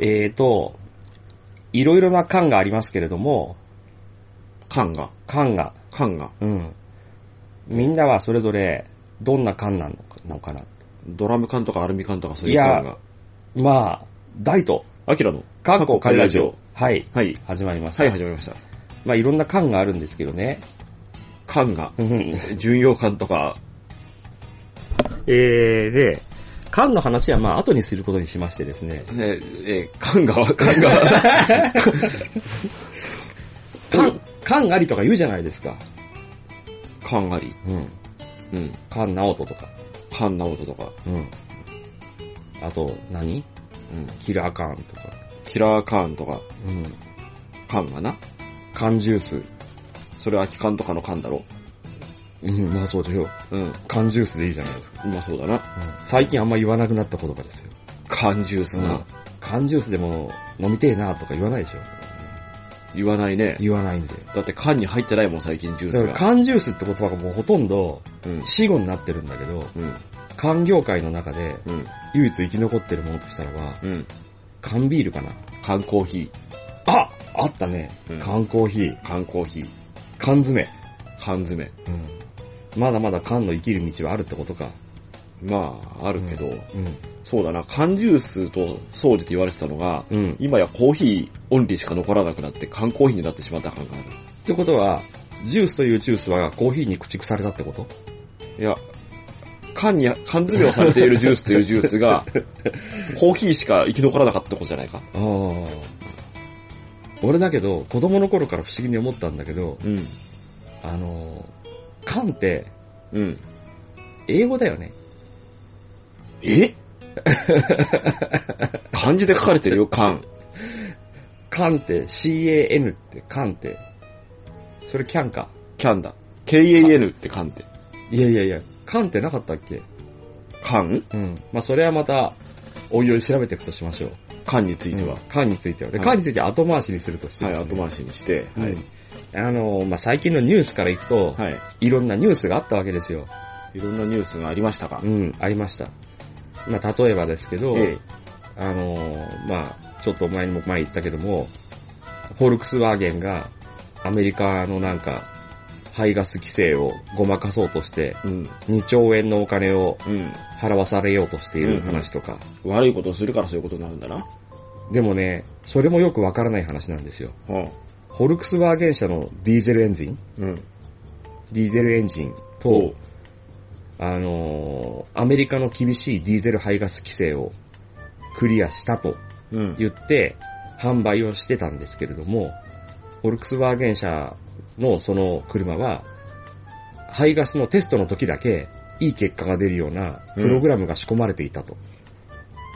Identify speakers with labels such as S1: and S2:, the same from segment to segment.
S1: えーと、いろいろな缶がありますけれども、
S2: 缶が。
S1: 缶が、
S2: 缶が。
S1: うん。みんなはそれぞれ、どんな缶なのかなのかな。
S2: ドラム缶とかアルミ缶とかそうい
S1: いうや
S2: 缶が。
S1: まあ、大と、
S2: アキラの。
S1: カッコカリラジオ。はい、
S2: はい。
S1: 始まります。
S2: はい、始まりました。
S1: まあ、いろんな缶があるんですけどね。
S2: 缶が。
S1: うん
S2: 巡洋缶とか。
S1: えー、で、缶の話はまあ、後にすることにしましてですね。
S2: ええ 缶が、缶が。
S1: 缶、缶ありとか言うじゃないですか。
S2: 缶あり。
S1: うん。
S2: うん。
S1: 缶直人とか。
S2: 缶直人とか。
S1: うん。あと、何
S2: うん。
S1: キラー缶とか。
S2: キラー缶とか。
S1: うん。
S2: 缶がな。
S1: 缶ジュース。
S2: それ空き缶とかの缶だろ。
S1: うん、まあそうだよ。
S2: うん。
S1: 缶ジュースでいいじゃないですか。
S2: うまそうだな。
S1: 最近あんま言わなくなった言葉ですよ。
S2: 缶ジュースな。
S1: 缶ジュースでも飲みてえなとか言わないでしょ。
S2: 言わないね。
S1: 言わないんで。
S2: だって缶に入ってないもん、最近ジュー
S1: だ
S2: ス
S1: から
S2: が。
S1: 缶ジュースって言葉がもうほとんど
S2: うん。
S1: 死語になってるんだけど、
S2: うん。
S1: 缶業界の中で
S2: うん。
S1: 唯一生き残ってるものとしたらば、
S2: うん。
S1: 缶ビールかな。
S2: 缶コーヒ
S1: ああったね
S2: うん。
S1: 缶コーヒー、
S2: ー。缶コーヒー。
S1: 缶詰。
S2: 缶詰。
S1: うん。まだまだ缶の生きる道はあるってことか。
S2: まあ、あるけど、
S1: うん。
S2: そうだな、缶ジュースと総じて言われてたのが、
S1: うん。
S2: 今やコーヒーオンリーしか残らなくなって缶コーヒーになってしまった感がある。
S1: ってことは、ジュースというジュースはコーヒーに駆逐されたってこと
S2: いや、缶に、缶詰をされているジュースというジュース が、コーヒーしか生き残らなかったことじゃないか。
S1: ああ。俺だけど、子供の頃から不思議に思ったんだけど、
S2: うん。
S1: あのー、缶って、
S2: うん。
S1: 英語だよね。
S2: え漢字で書かれてるよ、缶。
S1: 缶って、C-A-N って、缶って。それキャンか。
S2: キャンだ。K-A-N って缶って。
S1: いやいやいや、缶ってなかったっけ
S2: 缶
S1: うん。まあ、それはまた、おいおい調べていくとしましょう。
S2: 缶については
S1: うん。缶については。で、
S2: はい
S1: 缶については後回しにするとして
S2: はい、
S1: ですね
S2: 後回しにして。はい。
S1: うんあのー、まあ、最近のニュースからいくと、
S2: はい。
S1: いろんなニュースがあったわけですよ。
S2: いろんなニュースがありましたか
S1: うん、ありました。まあ、例えばですけど、
S2: え
S1: あのーまあ、ちょっと前にも前言ったけども、フォルクスワーゲンがアメリカのなんか、排ガス規制をごまかそうとして、
S2: え。うん。
S1: 2兆円のお金を
S2: うん。
S1: 払わされようとしている話とか。
S2: 悪いことをするからそういうことになるんだな。
S1: でもね、それもよくわからない話なんですよ。フォルクスワーゲン社のディーゼルエンジン
S2: うん。
S1: ディーゼルエンジン
S2: お
S1: と、あのーアメリカの厳しいディーゼル排ガス規制をクリアしたと
S2: うん。
S1: 言って販売をしてたんですけれども、フォルクスワーゲン社のその車は、排ガスのテストの時だけいい結果が出るようなプログラムが仕込まれていたと。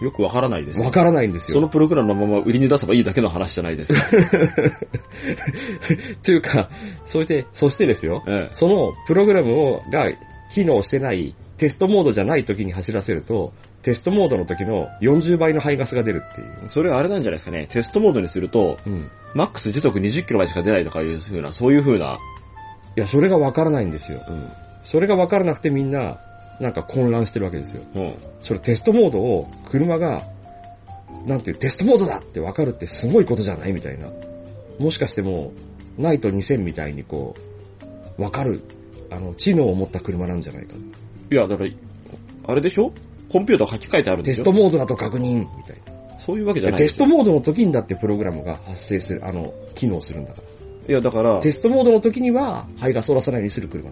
S2: よくわからないですね
S1: わ、からないんです
S2: その
S1: よ。
S2: プログラムのまま売りに出せばいいだけの話じゃないです か。
S1: というか、それで、そしてですよ、
S2: ええ。
S1: そのプログラムをが機能してないテストモードじゃない時に走らせると、テストモードの時の40倍の排ガスが出るっていう。
S2: それはあれなんじゃないですかね。テストモードにすると、
S1: うん。い
S2: マックス時速20キロまでしか出ないとかいうふうな、そういうふうな、
S1: や、それがわからないんですよ。
S2: うん。
S1: それがわからなくてみんな、なんか混乱してるわけですよ。
S2: うん。
S1: それテストモードを車が、なんていう、テストモードだってわかるってすごいことじゃないみたいな。もしかしてもう、ナイト2000みたいにこう、わかる、あの、知能を持った車なんじゃないか。
S2: いや、だから、あれでしょコンピューター書き換えてあるんで
S1: テ
S2: し
S1: ス
S2: ょ
S1: トモードだと確認、みたい
S2: そういうわけじゃ
S1: な。
S2: ない
S1: テスト
S2: モ
S1: モードの時にだってプログラムが発生する、あの、機能するんだか
S2: ードいや、だから
S1: ら。、テストモードの時には、肺がそらさないようにする車。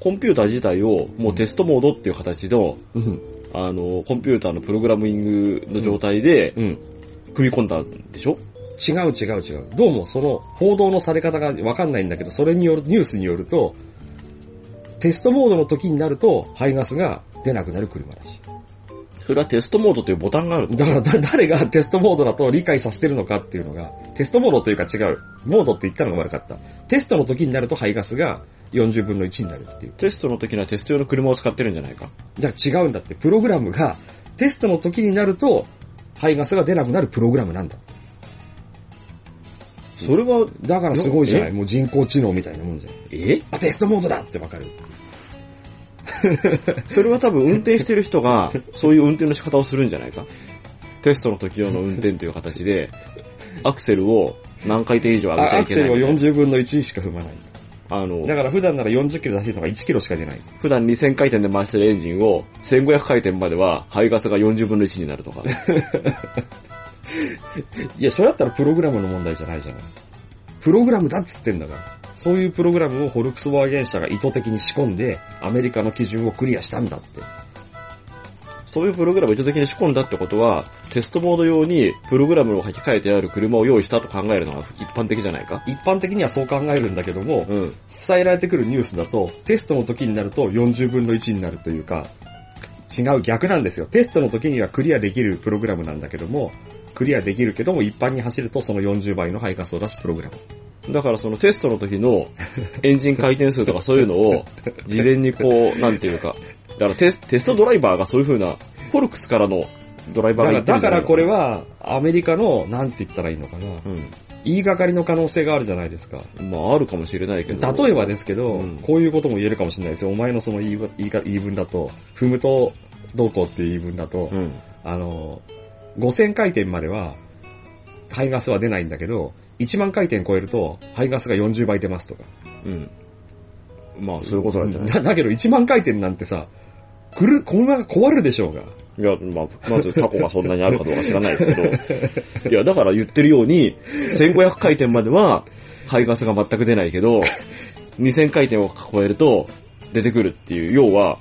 S2: コンピューター自体をもうテストモードっていう形の、
S1: うん。
S2: あの、コンピューターのプログラミングの状態で
S1: うん。
S2: 組み込んだんでしょ、
S1: 違う違う違う。どうもその報道のされ方がわかんないんだけど、それによる、ニュースによると、テストモードの時になると、排ガスが出なくなる車らし
S2: それはテストモードというボタンがある
S1: い。
S2: と。
S1: だからだ、誰がテストモードだと理解させてるのかっていうのが、テストモードというか違う。モードって言ったのが悪かった。テストの時になると排ガスが40分の1になるっていう。
S2: テストの時にはテスト用の車を使ってるんじゃないか。
S1: じゃあ違うんだって、プログラムが、テストの時になると、排ガスが出なくなるプログラムなんだ。
S2: それは、
S1: だからすごいじゃない
S2: え
S1: もう人工知能みたいなもんじゃん。
S2: え
S1: あ、テストモードだってわかる。
S2: それは多分運転してる人が、そういう運転の仕方をするんじゃないか。テストの時用の運転という形で、アクセルを何回転以上上げち
S1: あ
S2: ゃ
S1: ア
S2: い
S1: ク
S2: け
S1: セ
S2: ない
S1: ルを
S2: みたいな。
S1: 40分の1しか踏まない。
S2: あの、
S1: だから普段なら40キロ出せるのが1キロしか出ない。
S2: 普段2000回転で回してるエンジンを1500回転までは排ガスが40分の1にな るとか。
S1: いや、それだったらプログラムの問題じゃないじゃない。プログラムだっつってんだから。そういうプログラムをホルクスワーゲン社が意図的に仕込んで、アメリカの基準をクリアしたんだって。
S2: そういうプログラムを意図的に仕込んだってことは、テストモード用にプログラムを書き換えてある車を用意したと考えるのが一般的じゃないか。
S1: 一般的にはそう考えるんだけども、
S2: うん。
S1: 伝えられてくるニュースだと、テストの時になると40分の1になるというか、違う逆なんですよ。テストの時にはクリアできるプログラムなんだけども、クリアできるけども一般に走るとその40倍の排ガスを出すプログラム。
S2: だからそのテストの時のエンジン回転数とかそういうのを事前にこう、なんていうか。だからテステストドライバーがそういう風な、フォルクスからのドライ
S1: だ
S2: バ
S1: か
S2: ーが
S1: ら、だからこれ
S2: は、
S1: はアメリカの、なんて言ったらいいのかな、
S2: う
S1: 言いがかりの可能性があるじゃないですか。
S2: ん。まああるかもしれないけど。
S1: 例えばですけど、
S2: うん
S1: こういうことも言えるかもしれないですよ。お前のその言いわ言いか言い分だと、踏むとどうこうっていう言い分だと、
S2: うん。
S1: あの、5000回転までは、排ガスは出ないんだけど、1万回転超えると、排ガスが40倍出ますとか。
S2: うん。まあそういうことなんじゃない
S1: だだけど1万回転なんてさ、くる、車が壊るでしょうが。
S2: いや、まあ、まずタコがそんなにあるかどうか知らないですけど。いや、だから言ってるように、1500回転までは、排ガスが全く出ないけど、2000回転を超えると、出てくるっていう、要は、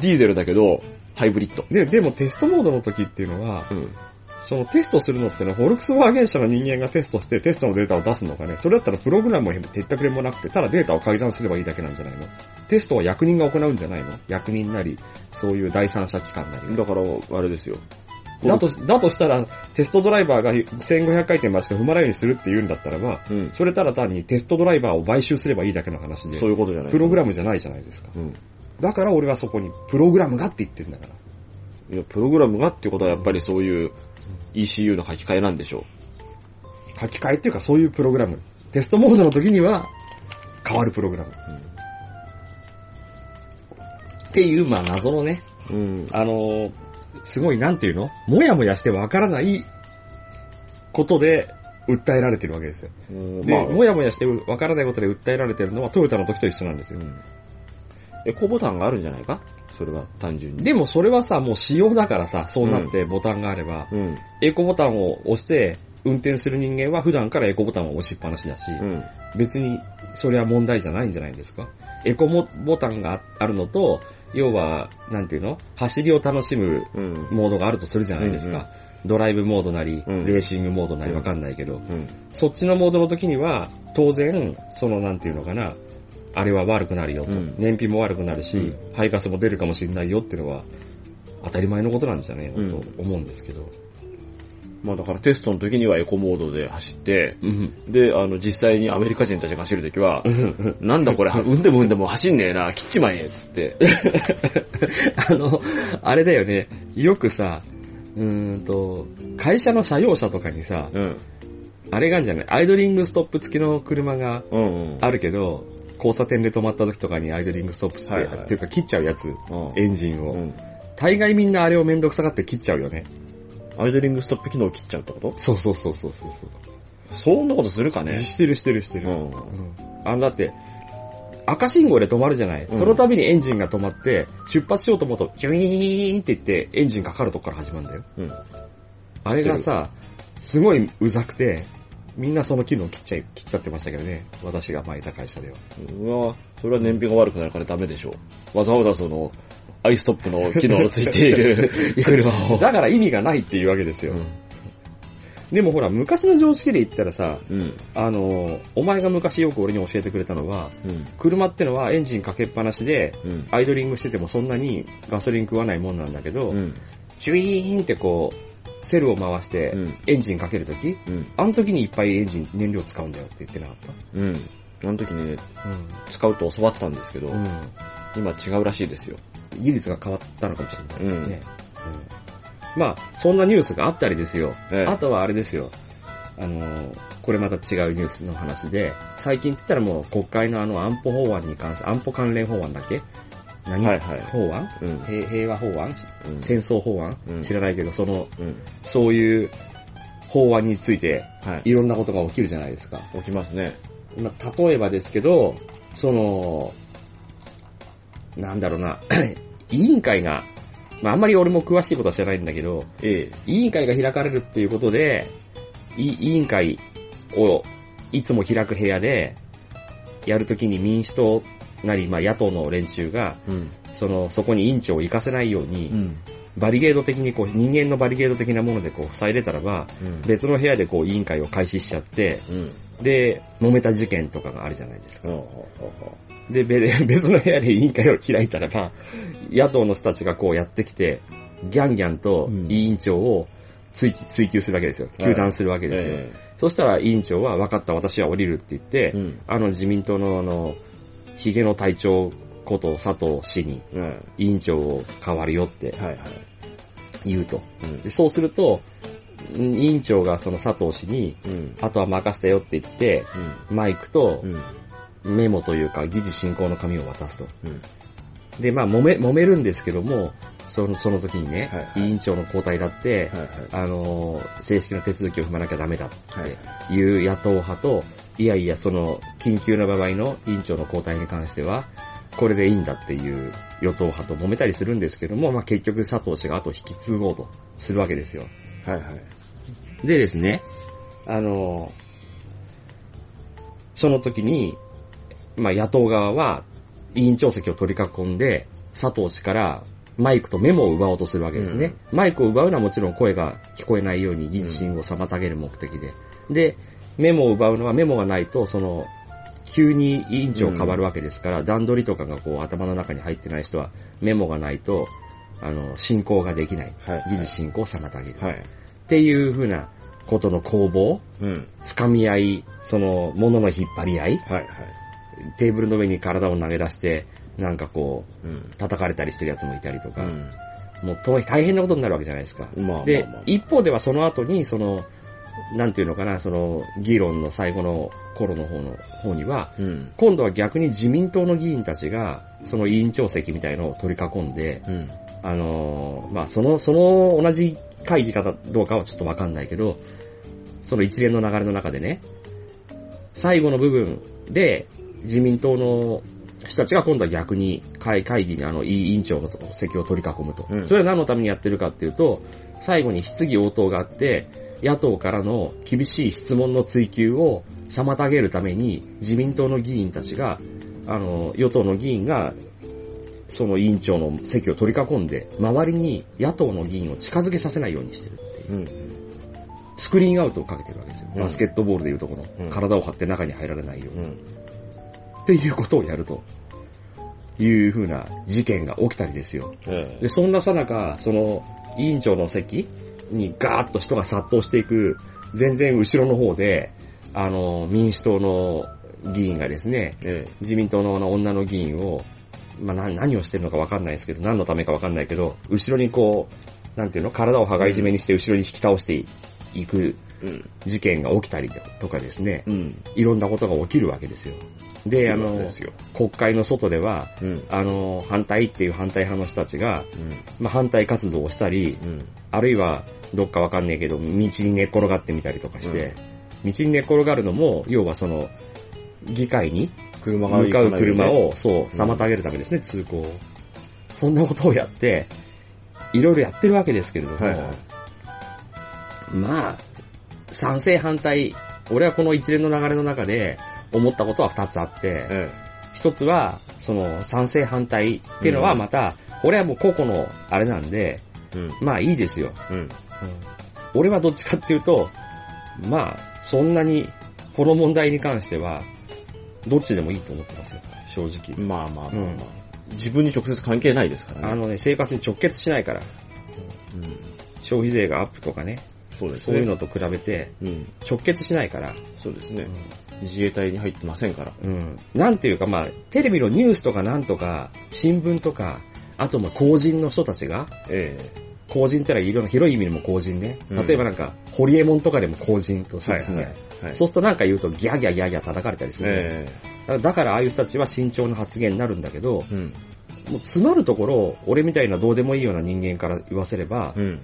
S2: ディーゼルだけど、ハイブリッド。
S1: で、でもテストモードの時っていうのは、
S2: うん。
S1: そのテストするのってのは、フォルクスワーゲン社の人間がテストしてテストのデータを出すのかね。それだったらプログラムもてったくれもなくて、ただデータを改ざんすればいいだけなんじゃないのテストは役人が行うんじゃないの役人なり、そういう第三者機関なり。
S2: だから、あれですよ。
S1: だと、だとしたら、テストドライバーが1500回転までしか踏まないようにするって言うんだったらば、
S2: うん。
S1: それただ単にテストドライバーを買収すればいいだけの話で
S2: そ、ういうことじゃない。
S1: プログラムじゃないじゃないですか。
S2: うん。
S1: だから俺はそこに、プログラムがって言ってるんだから。
S2: いや、プログラムがってことはやっぱりそういう ECU の書き換えなんでしょ
S1: 書き換えっていうかそういうプログラム。テストモードの時には、変わるプログラム。っていう、まあ謎のね、
S2: う。うん。
S1: あのーすごいなんていうのもやもやしてわからないことで訴えられてるわけですよ。で、
S2: まあ、
S1: もやもやしてわからないことで訴えられてるのはトヨタの時と一緒なんですよ。
S2: エコボタンがあるんじゃないかそれは単純に。
S1: でもそれはさ、もう仕様だからさ、そうなってボタンがあれば、
S2: うん。
S1: エコボタンを押して、運転する人間は普段からエコボタンを押しっぱなしだし、
S2: うん。
S1: 別にそれは問題じゃないんじゃないですか。エコボタンがああるのと、要は、なんていうの走りを楽しむ
S2: うん。
S1: モードがあるとするじゃないです
S2: うんうん
S1: か。ドライブモードなり、
S2: うん
S1: レーシングモードなり
S2: うん
S1: わかんないけど、
S2: うん。
S1: そっちのモードの時には、当然、そのなんていうのかな、あれは悪くなるよと。
S2: うん
S1: 燃費も悪くなるし、
S2: う
S1: 排ガスも出るかもしれないよっていうのは、当たり前のことなんじゃねえのと思うんですけど。
S2: まあだからテストの時にはエコモードで走って、
S1: うん。
S2: で、あの実際にアメリカ人たちが走る時は、なんだこれ、うんでもうんでも走んねえな、切っちまえ、つって。
S1: あの、あれだよね、よくさ、うーんと、会社の車用車とかにさ、
S2: うん。
S1: あれがあるんじゃないアイドリングストップ付きの車が
S2: うんうん。
S1: あるけど、交差点で止まった時とかにアイドリングストップして、
S2: はいはい
S1: っていうか切っちゃうやつ、
S2: うん
S1: エンジンを。
S2: うん。
S1: 大概みんなあれをめんどくさがって切っちゃうよね。
S2: アイドリングストップ機能を切っちゃうってこ
S1: そうそうそうそうそうそう。
S2: とそんなことするかね。
S1: してるしてるして
S2: う
S1: る。
S2: ん。
S1: うんあの、だって、赤信号で止まるじゃない、
S2: うん
S1: その度にエンジンが止まって、出発しようと思うと、ジュイーンって言って、エンジンかかるとこから始まるんだよ。
S2: うん。
S1: あれがさ、すごいうざくて、みんなその機能切っちゃい、切っちゃってましたけどね。私が前いた会社では。
S2: うわそれは燃費が悪くなるからダメでしょう。わざわざその、アイストップの機能のついている車を。
S1: だから意味がないっていうわけですよ。でもほら、昔の常識で言ったらさ、
S2: うん。うん。
S1: あの、お前が昔よく俺に教えてくれたのは、
S2: うん。
S1: 車ってのはエンジンかけっぱなしで、
S2: うん。
S1: アイドリングしててもそんなにガソリン食わないもんなんだけど、
S2: うん。
S1: チュイーンってこう、セルを回して
S2: う、ん。
S1: エンジンかけるとき、
S2: うん。
S1: あの時にいっぱいエンジン、燃料使うんだよって言ってなかっ
S2: うん。あの時にね、
S1: た。うん。
S2: 使うと教わってたんですけど、
S1: うん。
S2: 今違うらしいですよ。
S1: 技術が変わったのかもしれない。
S2: うん。
S1: ね。うん、まあ、そんなニュースがあったりですよ。
S2: ええ
S1: あとはあれですよ。あのー、これまた違うニュースの話で、最近って言ったらもう国会のあの安保法案に関する、安保関連法案だっけ何、
S2: はいはい
S1: 法案
S2: うん。
S1: 平平和法案
S2: うん
S1: 戦争法案、
S2: うん
S1: 知らないけど、その、
S2: うん。
S1: そういう法案について、
S2: はい。
S1: いろんなことが起きるじゃないですか。
S2: 起きますね。
S1: まあ例えばですけど、その、なんだろうな、 委員会が、まああんまり俺も詳しいことは知らないんだけど、
S2: ええ。
S1: 委員会が開かれるっていうことで、い委員会をいつも開く部屋で、やるときに民主党なり、まあ野党の連中が、
S2: うん。
S1: その、そこに委員長を行かせないように、
S2: ん。
S1: バリゲード的にこう、人間のバリゲード的なものでこう、塞いでたらば、
S2: うん。
S1: 別の部屋でこう、委員会を開始しちゃって、
S2: うん。
S1: で、揉めた事件とかがあるじゃないですか。
S2: ほうほうほ
S1: で、べ 別の部屋で委員会を開いたらば、野党の人たちがこうやってきて、ギャンギャンと
S2: うん
S1: 委員長を追及追及するわけですよ。
S2: はい
S1: 糾弾するわけ
S2: う
S1: ですよ。
S2: え
S1: そしたら委員長は、分かった、私は降りるって言って、
S2: え。うん。
S1: あの自民党のあの、ヒゲの隊長こと佐藤氏に
S2: うん。は
S1: 委員長を変わるよって
S2: いはい。
S1: 言うと。
S2: うん
S1: で。そうすると、ん委員長がその佐藤氏に、
S2: うん。
S1: あとは任せたよって言って、マイクと
S2: うん。
S1: メモというか議事進行の紙を渡すと。
S2: うん。
S1: で、まあ、揉め、揉めるんですけども、その、その時にね、
S2: はいはい
S1: 委員長の交代だって、
S2: はいはい。
S1: あのー、正式な手続きを踏まなきゃダメだ
S2: は
S1: っ
S2: い。
S1: ていう野党派と、いやいや、その、緊急な場合の委員長の交代に関しては、これでいいんだっていう与党派と揉めたりするんですけども、まあ、結局佐藤氏が後を引き継ごうとするわけですよ。
S2: はいはい。
S1: でですね、あの、その時に、まあ、野党側は委員長席を取り囲んで、佐藤氏からマイクとメモを奪おうとするわけですね。マイクを奪うのはもちろん声が聞こえないように議事進を妨げる目的で。で、メモを奪うのはメモがないと、その、急に委員長変わるわけですから、段取りとかがこう頭の中に入ってない人はメモがないと、あの、進行ができない。
S2: はい。
S1: 議事進行を妨げる。
S2: はい。
S1: っていうふうなことの攻防、
S2: うん。
S1: つかみ合い、その、物の引っ張り合い、
S2: はいはい。
S1: テーブルの上に体を投げ出して、なんかこう、
S2: うん。
S1: 叩かれたりしてるやつもいたりと
S2: う
S1: か、
S2: ん。
S1: もうと大変なことになるわけじゃないですか。
S2: まあ。
S1: で
S2: まあまあ、
S1: 一方ではその後に、その、なんていうのかな、その、議論の最後の頃の方の方には、
S2: うん。
S1: 今度は逆に自民党の議員たちが、その委員長席みたいのを取り囲んで、
S2: うん。
S1: あのーまあ、その、その同じ会議かどうかはちょっとわかんないけど、その一連の流れの中でね、最後の部分で自民党の人たちが今度は逆に会会議にあの委員長の席を取り囲むと、
S2: うん
S1: それは何のためにやってるかっていうと、最後に質疑応答があって、野党からの厳しい質問の追及を妨げるために自民党の議員たちが、あの、与党の議員がその委員長の席を取り囲んで、周りに野党の議員を近づけさせないようにしてるっていう。
S2: うん。
S1: スクリーンアウトをかけてるわけですよ。
S2: うん
S1: バスケットボールでいうとこ
S2: う
S1: の、
S2: ん
S1: 体を張って中に入られないよう
S2: う
S1: に。
S2: ん。
S1: っていうことをやると。いうふうな事件が起きたりですよ。
S2: ええ
S1: で、そんなさなか、その、委員長の席にガーッと人が殺到していく、全然後ろの方で、あの、民主党の議員がですね、
S2: ええ。
S1: 自民党のあの女の議員を、まあ、な何をしてるのかわかんないですけど、何のためかわかんないけど、後ろにこう、なんていうの、体を羽交い締めにして後ろに引き倒していく
S2: うん。
S1: 事件が起きたりだとかですね、
S2: うん。
S1: いろんなことが起きるわけですよ。で、あの
S2: で、すよ。
S1: 国会の外では、
S2: うん。
S1: あの、反対っていう反対派の人たちが、
S2: う
S1: まあ、反対活動をしたり、
S2: ん。うん。
S1: あるいは、どっかわかんねえけど、道に寝っ転がってみたりとかして、道に寝っ転がるのも、要はその、議会に
S2: 車が
S1: 向かう車
S2: 行
S1: を、そう、妨げるためですね、通行を。そんなことをやって、いろいろやってるわけですけれども、
S2: かないよね。はいはい。
S1: まあ、賛成反対、俺はこの一連の流れの中で思ったことは二つあって、
S2: え
S1: 一つは、その、賛成反対っていうのは
S2: うん
S1: また、俺はもう個々のあれなんで、
S2: え。うん。
S1: まあいいですよ。
S2: うん。
S1: 俺はどっちかっていうと、まあ、そんなに、この問題に関しては、どっちでもいいと思ってますよ、正直。
S2: まあまあまあまあ、
S1: うん
S2: 自分に直接関係ないですからね。
S1: あのね、生活に直結しないから、
S2: うん、
S1: 消費税がアップとかね、
S2: そうです
S1: そう
S2: ね。
S1: いうのと比べて
S2: うん。
S1: 直結しないから、
S2: そうですね。自衛隊に入ってませんから。
S1: うん。なんていうかまあ、テレビのニュースとかなんとか、新聞とか、あとまあ、公人の人たちが、
S2: え
S1: 公人ってのはいろんな広い意味でも公人ね。
S2: うん
S1: 例えばなんか、ホリエモンとかでも公人と
S2: え
S1: するんですね。
S2: はい。
S1: そうするとなんか言うとギャーギャーギャーギャー叩かれたりするね、
S2: え
S1: だからああいう人たちは慎重な発言になるんだけど、
S2: えうん。
S1: もう詰まるところ、俺みたいなどうでもいいような人間から言わせれば、
S2: うん。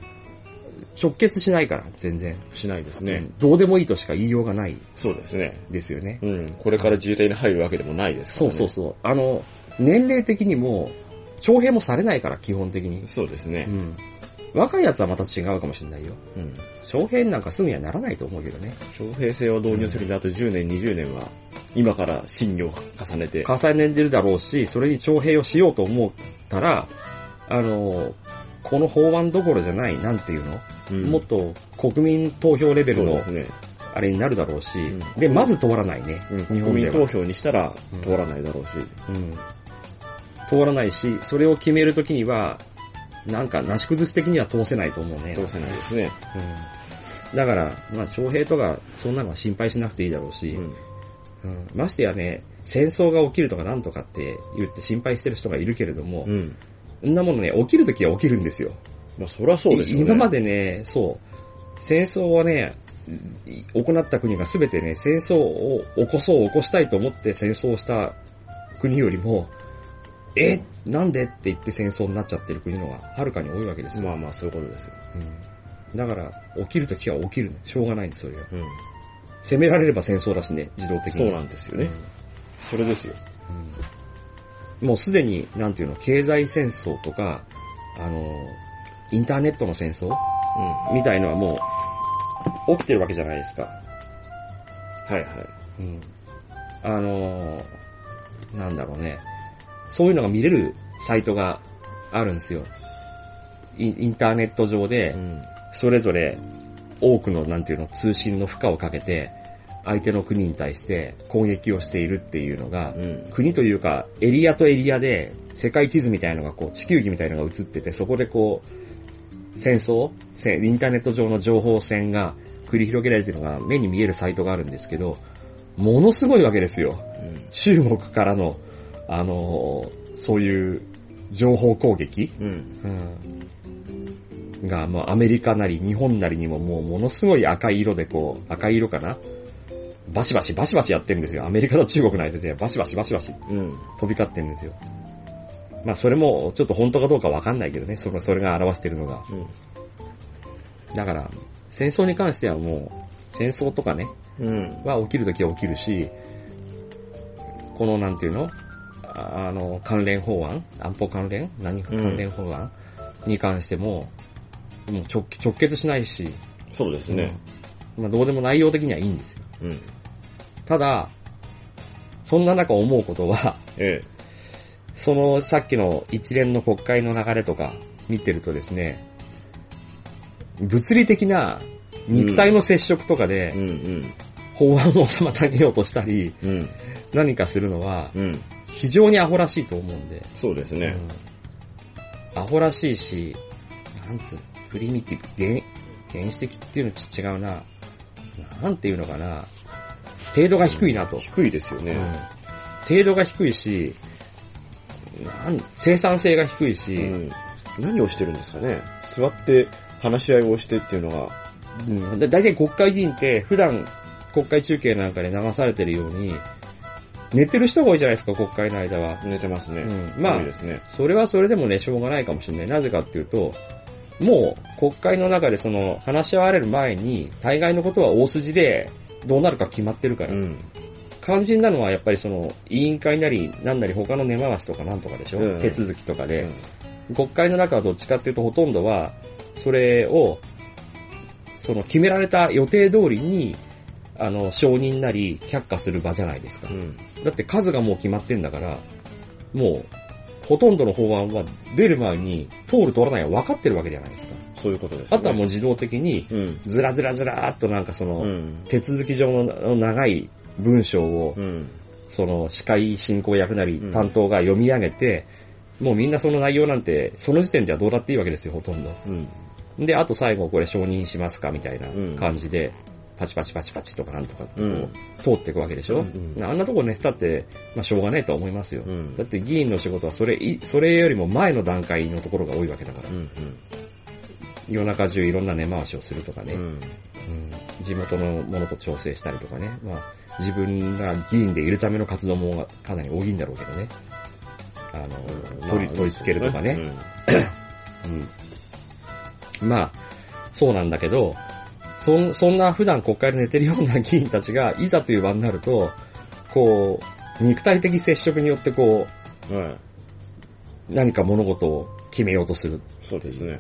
S1: 直結しないから、全然。
S2: しないです
S1: う
S2: ね。
S1: んどうでもいいとしか言いようがない
S2: そうですね。
S1: ですよね。
S2: うん。これから自衛隊に入るわけでもないですか
S1: そ
S2: ら
S1: う
S2: ね。
S1: そうそう。あの、年齢的にも、徴兵もされないから、基本的に。
S2: そうです
S1: う
S2: ね。
S1: ん。若いやつはまた違うかもしれないよ。
S2: うん。
S1: 徴兵なんかすぐにはならないと思うけどね。
S2: 徴兵制を導入するにあと10年、20年は、今から信用を重ねて、
S1: 重ねてるだろうし、それに徴兵をしようと思ったら、あの、この法案どころじゃない、なんていうの、
S2: うん
S1: もっと国民投票レベル
S2: そう
S1: の
S2: ですね。
S1: あれになるだろうし、
S2: ん
S1: で、まず通らないね。
S2: うん
S1: 日
S2: 国
S1: 本で
S2: 民
S1: は
S2: 投票にしたら
S1: うん
S2: 通らないだろうし。
S1: うん。通らないし、それを決めるときには、なんか、なし崩し的には通せないと思うね。
S2: 通せないですね。
S1: うん。だから、まあ、徴兵とか、そんなのは心配しなくていいだろうし、
S2: うん
S1: うんましてやね、戦争が起きるとかなんとかって言って心配してる人がいるけれども、
S2: うん。
S1: そんなものね、起きるときは起きるんですよ。
S2: まあ、そりゃそうですよ
S1: い
S2: ね。
S1: 今までね、そう、戦争をね、い行った国が全てね、戦争を起こそう、起こしたいと思って戦争をした国よりも、えなんでって言って戦争になっちゃってる国の方がはるかに多いわけですよ。
S2: まあまあ、そういうことですよ。
S1: うんだから、起きるときは起きるね。しょうがないんです、それは。
S2: うん。
S1: 攻められれば戦争だしね、自動的に。
S2: そうなんですよね。それですよ。
S1: うんもうすでに、なんていうの、経済戦争とか、あの、インターネットの戦争
S2: うん。は
S1: みたいのはもう、起きてるわけじゃないですか。
S2: いはい。
S1: うん。あの、なんだろうね。そういうのが見れるサイトがあるんですよ。インインターネット上で、それぞれ多くの、なんていうの、通信の負荷をかけて、相手の国に対して攻撃をしているっていうのが、
S2: うん。
S1: 国というか、エリアとエリアで、世界地図みたいのがこう、地球儀みたいのが映ってて、そこでこう、戦争せインターネット上の情報戦が繰り広げられてるのが目に見えるサイトがあるんですけど、ものすごいわけですよ。
S2: うん。
S1: 中国からの、あのーそういう情報攻撃、
S2: うん。
S1: が、もうアメリカなり日本なりにももうものすごい赤い色でこう、赤い色かなバシバシバシバシやってるんですよ。アメリカと中国の間でバシバシバシバシ
S2: うん。
S1: 飛び交ってるんですよ。まあそれもちょっと本当かどうかわかんないけどね、そのそれが表してるのが。だから、戦争に関してはもう、戦争とかね、
S2: うん。
S1: は起きるときは起きるし、このなんていうのああの、関連法案安保関連何か関連法案、に関しても、もう直直結しないし、
S2: そうですね。
S1: まあどうでも内容的にはいいんですよ。
S2: うん。
S1: ただ、そんな中思うことは、
S2: え
S1: そのさっきの一連の国会の流れとか見てるとですね、物理的な肉体の接触とか
S2: え。う
S1: で
S2: んうん。
S1: 法案を妨げようとしたり、
S2: うん。
S1: 何かするのは
S2: うん。
S1: 非常にアホらしいと思うんで、
S2: そうですね。
S1: うんアホらしいし、なんつう、プリミティブ、原原始的っていうのと違うな。なんていうのかな。程度が低いなと。
S2: 低いですよ
S1: うん
S2: ね。
S1: 程度が低いし、なん生産性が低いし、
S2: うん。何をしてるんですかね。座って話し合いをしてっていうのが、
S1: うん、だ大体国会議員って普段国会中継なんかで流されてるように、寝てる人が多いじゃないですか、国会の間は。
S2: 寝てます
S1: う
S2: ね。
S1: ん、ま
S2: ま
S1: あ
S2: あ。、ですね。
S1: それはそれでもね、しょうがないかもしれない。なぜかっていうと、もう国会の中でその話し合われる前に、大概のことは大筋でどうなるか決まってるから。
S2: うん。
S1: 肝心なのはやっぱりその委員会なり、なんなり他の根回しとかなんとかでしょ、
S2: うん
S1: 手続きとかで。
S2: うん
S1: 国会の中はどっちかっていうとほとんどは、それを、その決められた予定通りに、あの、承認なり却下する場じゃないですか
S2: う。ん。
S1: だって数がもう決まってんだから、もう、ほとんどの法案は出る前に通る通らないは分かってるわけじゃないですか。
S2: そういうことですね。
S1: あとはもう自動的に、
S2: うん。
S1: ずらずらずらーっとなんかその、
S2: うん。
S1: 手続き上の長い文章を、
S2: うん。
S1: その司会進行役なり
S2: うん
S1: 担当が読み上げて、もうみんなその内容なんて、その時点ではどうだっていいわけですよ、ほとんど。
S2: うん。
S1: で、あと最後これ承認しますかみたいな
S2: うん
S1: 感じで、パチパチパチパチとかなんとかってこう、
S2: うん
S1: 通っていくわけでしょ、
S2: うん
S1: あんなとこ寝てたって、まあしょうがないとは思いますよ。
S2: うん
S1: だって議員の仕事はそれい、それよりも前の段階のところが多いわけだから
S2: う。ん。
S1: 夜中中いろんな根回しをするとかね。
S2: うん。
S1: 地元のものと調整したりとかね。まあ、自分が議員でいるための活動もかなり多いんだろうけどね。あの、取り、取り付けるとかね。。うん。まあ、そうなんだけど、そん、そんな普段国会で寝てるような議員たちが、いざという場になると、こう、肉体的接触によってこう、
S2: うん。はい。
S1: 何か物事を決めようとする
S2: そうですね。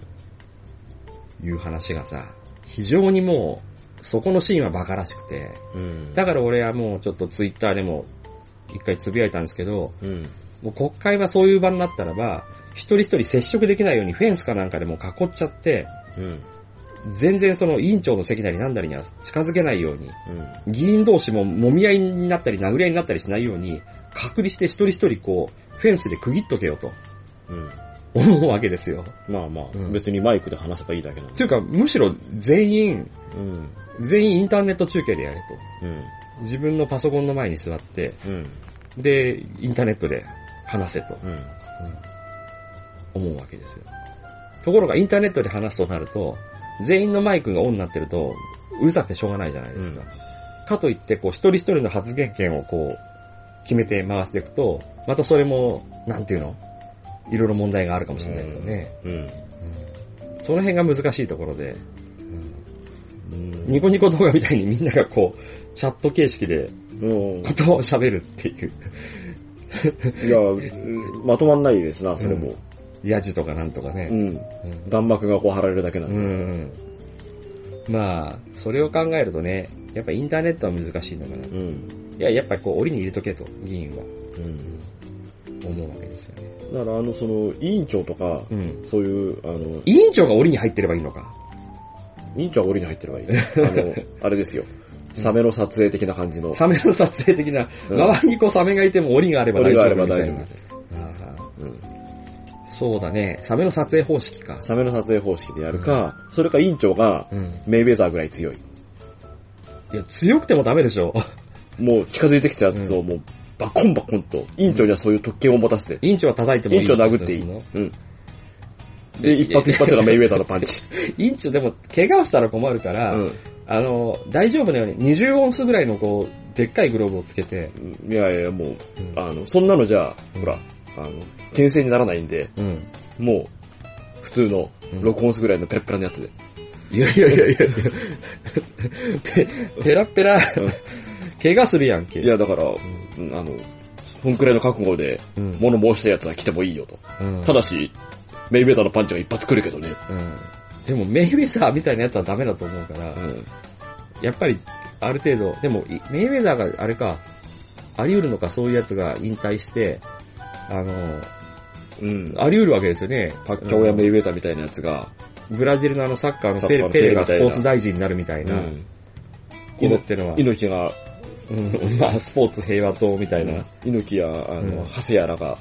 S1: という話がさ、非常にもう、そこのシーンは馬鹿らしくて、
S2: うん。
S1: だから俺はもうちょっとツイッターでも一回つぶやいたんですけど、
S2: うん。
S1: もう国会はそういう場になったらば、一人一人接触できないようにフェンスかなんかでもう囲っちゃって、
S2: うん。
S1: 全然その委員長の席なりなんだりには近づけないように、
S2: うん。
S1: 議員同士も揉み合いになったり殴り合いになったりしないように、隔離して一人一人こう、フェンスで区切っとけよと
S2: うん。
S1: 思うわけですよ。
S2: まあま
S1: う
S2: あ、
S1: ん
S2: 別にマイクで話せばいいだけなん
S1: っ
S2: で。
S1: ていうか、むしろ全員、
S2: うん。
S1: 全員インターネット中継でやれ
S2: うん。
S1: と。自分のパソコンの前に座って、
S2: うん。
S1: で、インターネットで話せと
S2: うん。
S1: 思うわけですよ。ところがインターネットで話すとなると、全員のマイクがオンになってると、うるさくてしょうがないじゃないですか。
S2: うん
S1: かといって、こう、一人一人の発言権をこう、決めて回していくと、またそれも、なんていうのいろいろ問題があるかもしれないですよね。
S2: うん。
S1: その辺が難しいところで、
S2: うん
S1: ニコニコ動画みたいにみんながこう、チャット形式で
S2: う
S1: 言
S2: ん。
S1: 葉を喋るっていう、
S2: いや、うんまとまんないですな、それも。
S1: ヤジとかなんとかね
S2: う。ん。
S1: うん
S2: 弾幕がこう貼られるだけなん
S1: う
S2: で。
S1: ん。まあ、それを考えるとね、やっぱインターネットは難しいのかな。い
S2: うん。
S1: や、やっぱりこう、檻に入れとけと、議員は
S2: うん。
S1: 思うわけですよね。
S2: だから、あの、その、委員長とか、
S1: うん。
S2: そういう、あの、
S1: 委員長が檻に入ってればいいのか。
S2: 委員長は檻に入ってればいいね。あ の、あれですよ。サメの撮影的な感じの。
S1: サメの撮影的な、
S2: うん
S1: 周りにこうサメがいても檻があれば大
S2: 檻
S1: 丈
S2: があれ
S1: 夫
S2: ば
S1: みた
S2: 大
S1: い
S2: 丈
S1: な。
S2: 夫。
S1: ああ
S2: うん
S1: そうだね。サメの撮影方式か。
S2: サメの撮影方式でやるか、それか委員長が、
S1: うん。
S2: メイウェザーぐらい強い。
S1: いや、強くてもダメでしょ。
S2: もう近づいてきたやつをもう、バコンバコンと、委員長にはそういう特権を持たせて、
S1: 委員長は叩いてもいい。
S2: 委員長殴っていい。
S1: の
S2: うん。で、一発一発がメイウェザーのパン チ。
S1: 委員長でも、怪我をしたら困るか
S2: う
S1: ら、
S2: ん。
S1: あの、大丈夫なように20オンスぐらいのこう、でっかいグローブをつけて、
S2: いやいや、もう、あの、そんなのじゃ、ほら、あの、牽制にならないんで、
S1: うん。
S2: もう、普通の、録音するぐらいのペラペラのやつで。
S1: いやいやいやいやペペラペラ、怪我するやんけ。
S2: いや、だから、うんあの、そんくらいの覚悟で、
S1: うん、
S2: 物申したやつは来てもいいよと。
S1: うん、
S2: ただし、メイウェザーのパンチが一発来るけどね。
S1: うん、でもメイウェザーみたいなやつはダメだと思うから、
S2: うん。
S1: やっぱり、ある程度、でも、いメイウェザーがあれか、あり得るのかそういうやつが引退して、あの、
S2: うん。
S1: あり得るわけですよね。
S2: パッキャオやメイウェザーみたいなやつが、
S1: ブラジルのあのサッカーの
S2: サッ
S1: ペ
S2: カ
S1: レ
S2: ーの
S1: ペ
S2: ペレ
S1: レが
S2: み
S1: ス
S2: たいな
S1: ポーツ大臣になるみたいな、
S2: うん
S1: このってのは、
S2: 猪木が、
S1: うん まあ、スポーツ平和党みたいな。
S2: 猪木や、あ
S1: うん
S2: の、長谷やらが、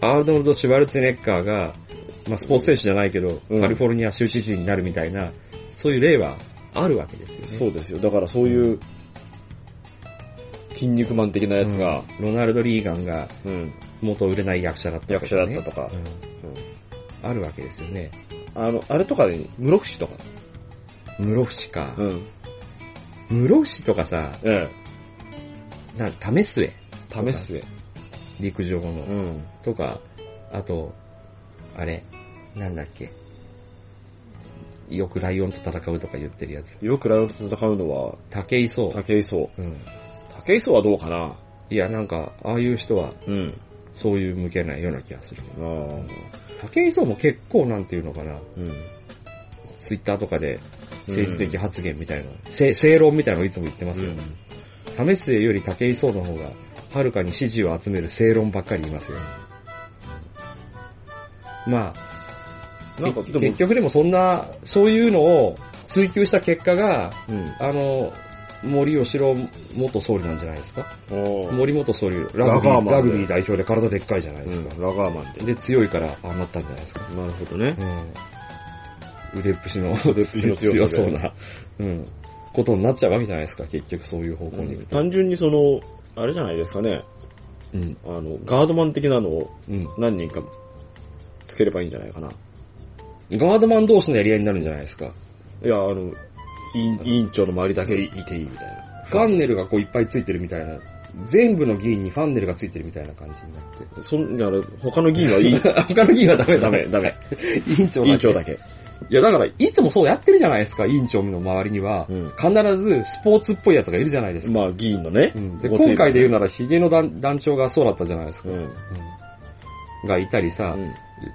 S1: アーノルド・シュワルツェネッカーが、まあ、スポーツ選手じゃないけど、
S2: うん
S1: カリフォルニア州知事になるみたいな、そういう例はあるわけですよね。
S2: そうですよ。だからそういう、筋肉マン的なやつが、
S1: うんロナルド・リーガンが
S2: うん、
S1: 元売れない役者だったとか、
S2: 役者だったとか、
S1: うんあるわけですよね。
S2: あの、あれとかで、室伏とか。
S1: 室伏か。
S2: ん。
S1: 室伏とかさ、
S2: え
S1: な、為末、
S2: え。試すぜ。
S1: 陸上の。
S2: ん。
S1: とか、あと、あれ、なんだっけ。よくライオンと戦うとか言ってるやつ。
S2: よくライオンと戦うのは、
S1: 武井壮。
S2: 武井壮。
S1: うん。
S2: 武井壮はどうかない
S1: や、なんか、ああいう人は、
S2: うん。
S1: そういう向けないような気がする。
S2: ああ。
S1: 武井壮も結構なんていうのかな、
S2: うん。
S1: ツイッターとかで政治的発言みたいな、せ正論みたいなのをいつも言ってますよ。為末より武井壮の方が、はるかに支持を集める正論ばっかり言いますよ。まあ、
S2: なんか
S1: け
S2: でも
S1: 結局でもそんな、そういうのを追求した結果が、
S2: うん。
S1: あの、森喜朗元総理なんじゃないですか
S2: おー
S1: 森元総理、ラグビ
S2: ラガーマ
S1: ー
S2: ンで
S1: ラグビー代表で体でっかいじゃないで
S2: う
S1: すか
S2: ん。。ラガーマンで。
S1: で、強いから、ああなったんじゃないですか。
S2: なるほどね。
S1: うん。腕っぷしの、
S2: 腕っぷしの 強
S1: 強
S2: さ
S1: そ
S2: で
S1: うな、うん、ことになっちゃうわけじゃないですか、結局そういう方向に行くと。
S2: 単純にその、あれじゃないですかね。
S1: うん、
S2: あの、ガードマン的なのを
S1: うん。
S2: 何人かつければいいんじゃないかな。
S1: ガードマン同士のやり合いになるんじゃないですか。
S2: いや、あの、委員委員長の周りだけいいていいみたいな。
S1: ガンネルがこういっぱいついてるみたいな全部の議員にファンネルがついてるみたいな感じになって。
S2: そんだから、他の議員はいい。
S1: 他の議員はダメ
S2: ダ
S1: ダ
S2: メ、
S1: メ。
S2: ダメ。
S1: 委員長
S2: 委員長だ
S1: け。
S2: け。
S1: いや、だから、いつもそうやってるじゃないですか、委員長の周りには。
S2: うん。
S1: 必ずスポーツっぽいやつがいるじゃないですか。
S2: まあ、議員のね
S1: う。ん、で
S2: ごつい
S1: 今回で言うなら、ヒゲの団団長がそうだったじゃないですか。
S2: うん。
S1: うんがいたりさ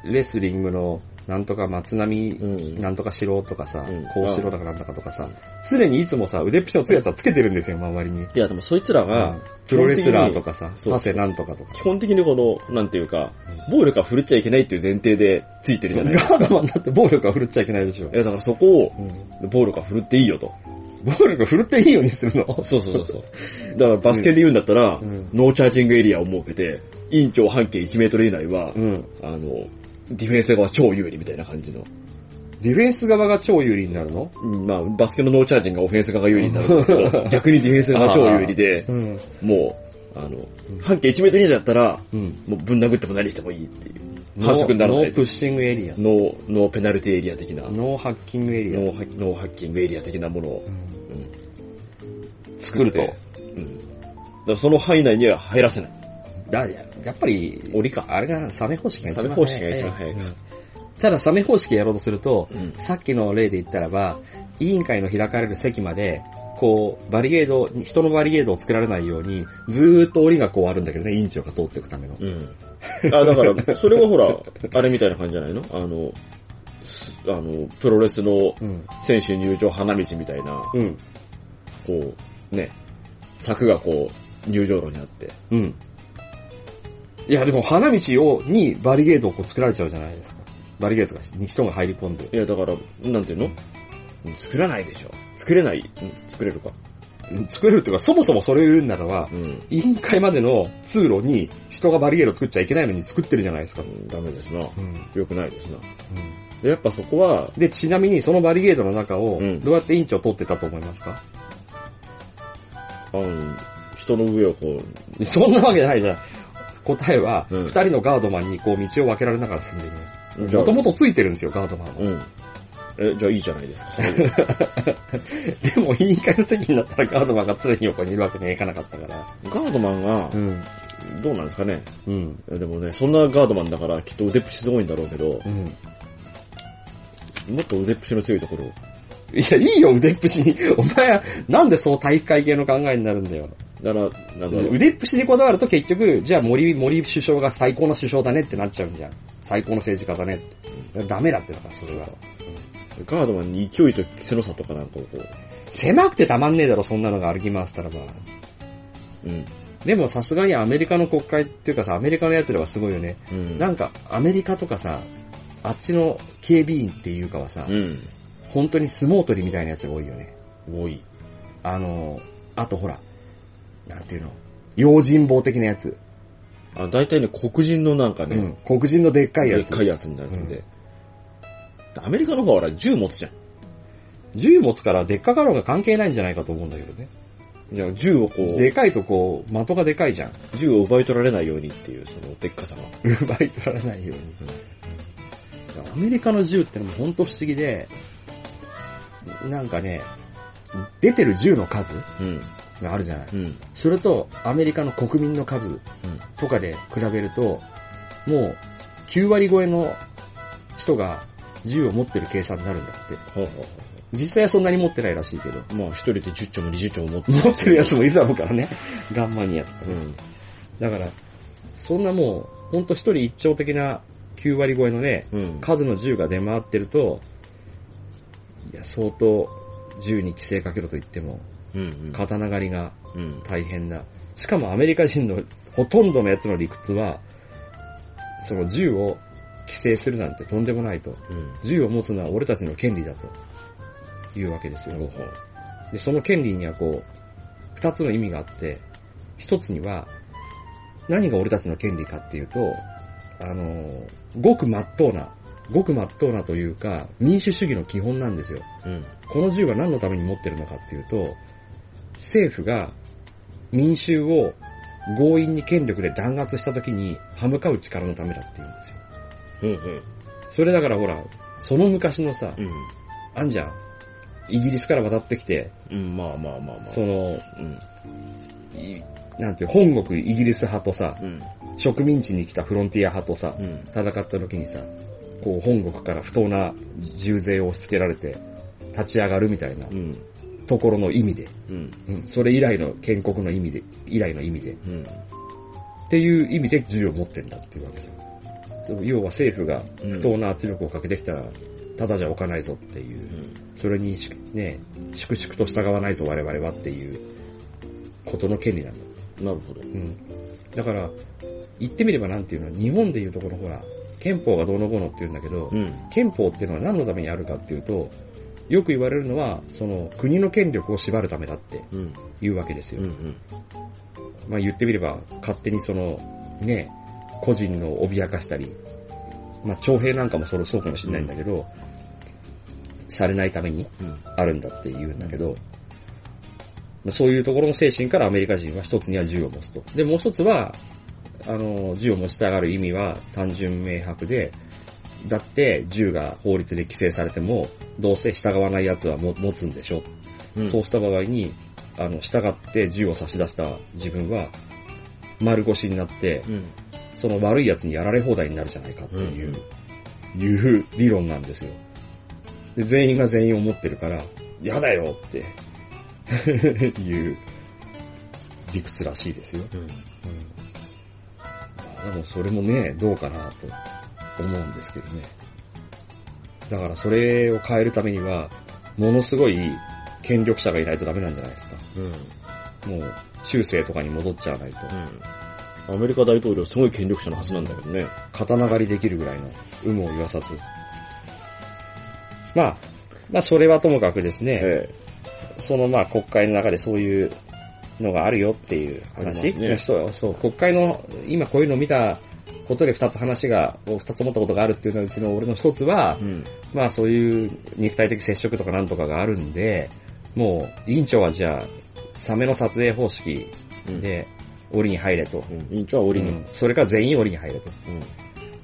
S2: う、ん。
S1: レスリングのなんとか松並
S2: うん。
S1: なんとかしろとかさ
S2: うん、
S1: こうしろだかなんだかとかさ、常にいつもさ、腕っぷしの強いやつはつけてるんですよ、周りに。
S2: いや、でもそいつら
S1: う
S2: が
S1: ん、プロレスラーとかさ、
S2: そう
S1: パセなんとかとか。
S2: 基本的にこの、なんていうか、暴力は振るっちゃいけないっていう前提でついてるじ
S1: ガ
S2: ゃないですか。
S1: ードマンだって暴力は振るっちゃいけないでしょ
S2: い。や、だからそこ
S1: うん
S2: を、暴力は振るっていいよと。
S1: 暴力振るっていいようにするの
S2: そうそうそうそう。だからバスケで言うんだったら、
S1: うん
S2: ノーチャージングエリアを設けて、委員長半径1メートル以内は、
S1: うん。
S2: あの、ディフェンス側は超有利みたいな感じの。
S1: ディフェンス側が超有利になるの
S2: うんまあ、バスケのノーチャージングがオフェンス側が有利になるんですけど、 逆にディフェンス側が超有利で、
S1: うん。
S2: もう、あの
S1: うん、
S2: 半径1メートル以内だったら、
S1: うん。
S2: もうぶん殴っても何してもいいっていう。反則になら
S1: ノ
S2: ない
S1: ープッシングエリア。
S2: ノー、ノーペナルティエリア的な、ノ
S1: ノーハッキングエリア。
S2: ーハッノーハッキングエリア的なものを
S1: うん
S2: 作ると。うん。だからその範囲内には入らせない。
S1: だややっぱり、
S2: 折りか
S1: あれがサメ方式が一
S2: サメ
S1: 番
S2: 方
S1: 早い。
S2: 式が一番早いか
S1: うんただサメ方式やろうとすると、
S2: うん
S1: さっきの例で言ったらば、委員会の開かれる席まで、こう、バリゲード、人のバリゲードを作られないように、ずーっと檻がこうあるんだけどね、委員長が通っていくための。
S2: うん。あ、だから、それはほら、あれみたいな感じじゃないのあの、すあの、プロレスの
S1: うん。
S2: 選手入場花道みたいな、
S1: うん。
S2: こう、ね、柵がこう、入場路にあって。
S1: うん。いや、でも花道を、にバリゲードをこう作られちゃうじゃないですか。バリゲードが、に人が入り込んで。
S2: いや、だから、なんていうの作らないでしょ。作れない。うん作れるか。
S1: うん作れるっていうか、そもそもそれを言うならば
S2: う、ん。
S1: 委員会までの通路に人がバリゲードを作っちゃいけないのに作ってるじゃないですか。
S2: ダメですな。
S1: うん。
S2: 良くないですな。で、やっぱそこは、
S1: で、ちなみにそのバリゲードの中を
S2: う、ん
S1: どうやって委員長通ってたと思いますか、
S2: あの、人の上をこ
S1: そんなわけないじゃん。答えは、
S2: うん
S1: 二人のガードマンにこう道を分けられながら進んでいきま
S2: う、
S1: す。もともとついてるんですよ、ガードマンは。
S2: うん。え、じゃあいいじゃないですか。それで
S1: でも、委員会の席になったらガードマンが常に横にいるわけにはいかなかったから。
S2: ガードマンが
S1: う、ん。
S2: どうなんですかね。
S1: うん。
S2: でもね、そんなガードマンだからきっと腕っぷしすごいんだろうけど、
S1: うん。
S2: もっと腕っぷしの強いところを。
S1: いや、いいよ、腕っぷしに。お前は、なんでそう体育会系の考えになるんだよ。
S2: だから、なんだろう。
S1: 腕っぷしにこだわると結局、じゃあ森、森首相が最高の首相だねってなっちゃうんじゃん。最高の政治家だねって。ダメだってだから、それは。
S2: ガードマンに勢いと強さとかなんかをこ
S1: 狭くてたまんねえだろ、そんなのが歩き回ってたらば。
S2: う。うん。
S1: でもさすがにアメリカの国会っていうかさ、アメリカの奴らはすごいよね。
S2: うん。
S1: なんか、アメリカとかさ、あっちの警備員っていうかはさ、
S2: うん。
S1: 本当に相撲取りみたいなやつが多いよね。
S2: 多い。
S1: あの、あとほら、なんていうの、用心棒的なやつ。
S2: あ、大体ね、黒人のなんかね、
S1: うん。黒人のでっかい
S2: で
S1: や
S2: っ
S1: つ。
S2: かいやつになるんで。アメリカの方はほら、銃持つじゃん。
S1: 銃持つからでっかかろうが関係ないんじゃないかと思うんだけどね。
S2: いや、銃をこ
S1: で
S2: う、
S1: かいとこう、的がでかいじ ゃん。
S2: 銃を奪い取られないようにっていう、その、でっかさが。
S1: 奪い取られないように。アメリカの銃ってのも本当不思議で、なんかね、出てる銃の数
S2: うん。
S1: があるじゃない。
S2: うん。
S1: それと、アメリカの国民の数
S2: うん
S1: とかで比べると、もう、9割超えの人が銃を持ってる計算になるんだって。
S2: ほうほうほ
S1: 実際はそんなに持ってないらしいけど。
S2: う。まあ、一人で10丁も20丁も持って
S1: 持ってるやつもいるだろうからね。ガンマニアとか
S2: う
S1: ね。
S2: ん。
S1: だから、そんなもう、ほんと一人一丁的な9割超えのね、
S2: うん。
S1: 数の銃が出回ってると、いや、相当銃に規制かけろと言っても、
S2: うん。うん。
S1: 刀狩りが
S2: うん。
S1: 大変な。しかもアメリカ人のほとんどのやつの理屈は、その銃を規制するなんてとんでもないと。
S2: うん。
S1: 銃を持つのは俺たちの権利だと。いうわけですよ。で、その権利にはこう、二つの意味があって、一つには、何が俺たちの権利かっていうと、あの、ごく真っ当な、ごく真っ当なというか、民主主義の基本なんですよ。
S2: うん。
S1: この銃は何のために持ってるのかっていうと、政府が民衆を強引に権力で弾圧した時に歯向かう力のためだって言うんですよ。
S2: うん。うん。
S1: それだからほら、その昔のさ、
S2: うん。
S1: あんじゃん。イギリスから渡ってきて、
S2: うん。まあまあまあまあ。
S1: その、
S2: うん。い
S1: なんていう、本国イギリス派とさ、
S2: うん。
S1: 植民地に来たフロンティア派とさ
S2: う、ん。
S1: 戦った時にさ、こう本国から不当な重税を押し付けられて、立ち上がるみたいな
S2: うん。
S1: ところの意味で、
S2: うん。
S1: うん、それ以来の建国の意味で、以来の意味で、
S2: うん。
S1: っていう意味で銃を持ってんだっていうわけさ。でも要は政府が不当な圧力をかけてきたら、ただじゃ置かないぞっていうう、
S2: ん。
S1: それにしね、粛々と従わないぞ我々はっていうことの権利なんだ。
S2: なるほど。
S1: うん。だから、言ってみればなんていうの、日本でいうとこのほら、憲法がどうのこうのって言うんだけど
S2: う、ん。
S1: 憲法っていうのは何のためにあるかっていうと、よく言われるのは、その国の権力を縛るためだって
S2: うん。
S1: いうわけですよ。
S2: うん。うん。
S1: まあ言ってみれば、勝手にその、ね、個人の脅かしたり、まあ徴兵なんかもそれそうかもしれないんだけど、されないために
S2: うん。
S1: あるんだって言うんだけど、まあそういうところの精神からアメリカ人は一つには銃を持つと。で、もう一つは、あの、銃を持ちたがる意味は単純明白で、だって銃が法律で規制されても、どうせ従わない奴はも持つんでしょ
S2: うん。
S1: そうした場合に、あの、従って銃を差し出した自分は、丸腰になって、
S2: うん。
S1: その悪い奴にやられ放題になるじゃないかっていう、
S2: うん
S1: いう理論なんですよ。で、全員が全員思ってるから、やだよって、いう理屈らしいですよ。
S2: うん。
S1: でもそれもね、どうかなと思うんですけどね。だからそれを変えるためには、ものすごい権力者がいないとダメなんじゃないですか。
S2: うん。
S1: もう、中世とかに戻っちゃわないと、
S2: うん。アメリカ大統領すごい権力者のはずなんだけどね。
S1: 刀狩りできるぐらいの有無を言わさず。まあ、まあそれはともかくですね、
S2: え
S1: そのまあ国会の中でそういうのがあるよっていう
S2: あり
S1: 話、
S2: ますね
S1: そうそう、国会の今こういうのを見たことで二つ話が、二つ思ったことがあるっていうのうちの俺の一つは
S2: え。、うん。
S1: まあそういう肉体的接触とかなんとかがあるんで、もう委員長はじゃあ、サメの撮影方式
S2: うん。
S1: で、檻に入れと。
S2: うん。委員長は折
S1: う
S2: に。
S1: んそれから全員檻に入れと
S2: う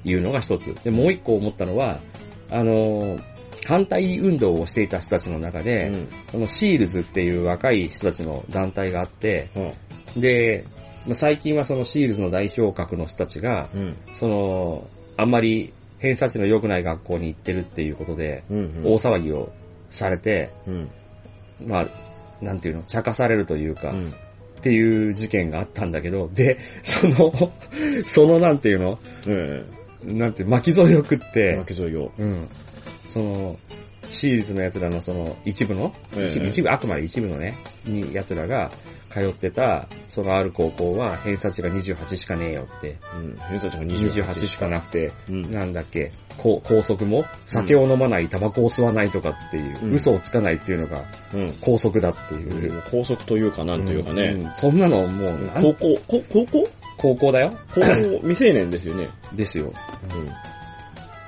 S2: ん。
S1: いうのが一つ。で、もう一個思ったのは、あのー反対運動をしていた人たちの中で、
S2: うん。
S1: そのシールズっていう若い人たちの団体があって、で、まあ最近はそのシールズの代表格の人たちが、
S2: うん。
S1: その、あんまり偏差値の良くない学校に行ってるっていうことで、
S2: うん。
S1: 大騒ぎをされて、
S2: うん。
S1: まあ、なんていうの、茶化されるというか、
S2: うん。
S1: っていう事件があったんだけど、で、その、そのなんていうの、
S2: え
S1: なんていう、巻き添えを食っ
S2: え。
S1: て
S2: 負、け添えよ。
S1: うん。その、シールズの奴らのその一部の、
S2: ええ
S1: 一部、一部あくまで一部のね、に奴らが通ってた、そのある高校は偏差値が28しかねえよって、
S2: うん。偏差値が
S1: 28しかなくて、
S2: うん。
S1: なんだっけ、こう校則も酒を飲まない、タバコを吸わないとかっていう、
S2: うん
S1: 嘘をつかないっていうのが
S2: うん。
S1: 校則だっていう。
S2: 高速というかなんというかね。
S1: んそんなのもう、なん
S2: 高校、こ高校
S1: 高校だよ
S2: 高 校、未成年ですよね。
S1: ですよ。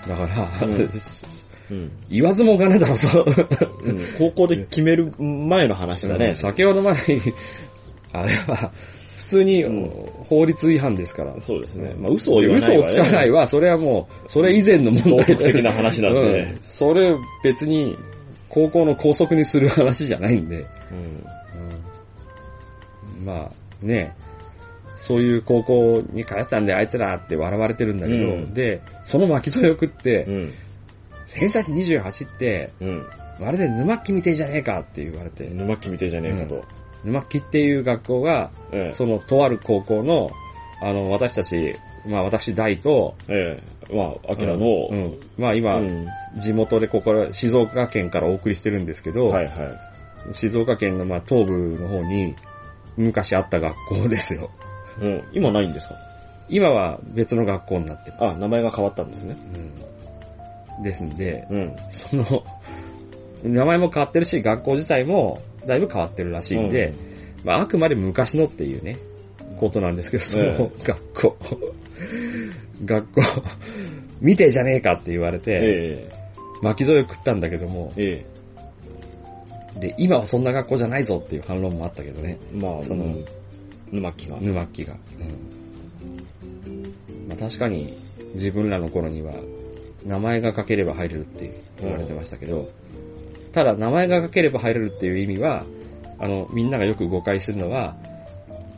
S1: だから、
S2: うんうん。
S1: 言わずもがねだろ、そう。
S2: うん。高校で決める前の話だ
S1: う
S2: ね
S1: ん。酒を飲まない、 あれは、普通に、
S2: うん
S1: 法律違反ですから。
S2: そうですね。
S1: うん
S2: まあ嘘を言わない
S1: 嘘を
S2: わね
S1: つかないは、それはもう、それ以前の問
S2: 道
S1: 題
S2: 徳的な話なん
S1: う
S2: で
S1: ん。それ別に、高校の校則にする話じゃないんで。
S2: うん。
S1: まあ、ね、そういう高校に通ってたんで、あいつらって笑われてるんだけど、
S2: うん
S1: で、その巻き添えを食って、
S2: うん。
S1: 偏差値28って、
S2: うん。
S1: まるで沼っきみてえじゃねえかって言われて、
S2: 沼木みてえじゃねえかと。
S1: 沼っきっていう学校が、
S2: ええ。
S1: その、とある高校の、あの、私たち、まあ私大と、
S2: ええ。まあ、アキラの、
S1: うん、まあ今、
S2: うん
S1: 地元でここから、静岡県からお送りしてるんですけど、
S2: はいは
S1: 静岡県のまあ東部の方に、昔あった学校ですよ。
S2: い。うん。今ないんですか
S1: 今は別の学校になってる。
S2: あ、名前が変わったんですね。
S1: うん、ですんで、
S2: うん。
S1: その、名前も変わってるし、学校自体もだいぶ変わってるらしいんで、まあ、あくまで昔のっていうね、ことなんですけど、そ
S2: え
S1: の学校、学校、見てじゃねえかって言われ
S2: え
S1: て、
S2: え。
S1: 巻き添えを食ったんだけども、
S2: ええ。
S1: で、今はそんな学校じゃないぞっていう反論もあったけどね、
S2: まあ、
S1: その
S2: うん沼木が。
S1: 沼っきが。まあ、確かに自分らの頃には、名前が書ければ入れるって言われてましたけど、ただ名前が書ければ入れるっていう意味は、あの、みんながよく誤解するのは、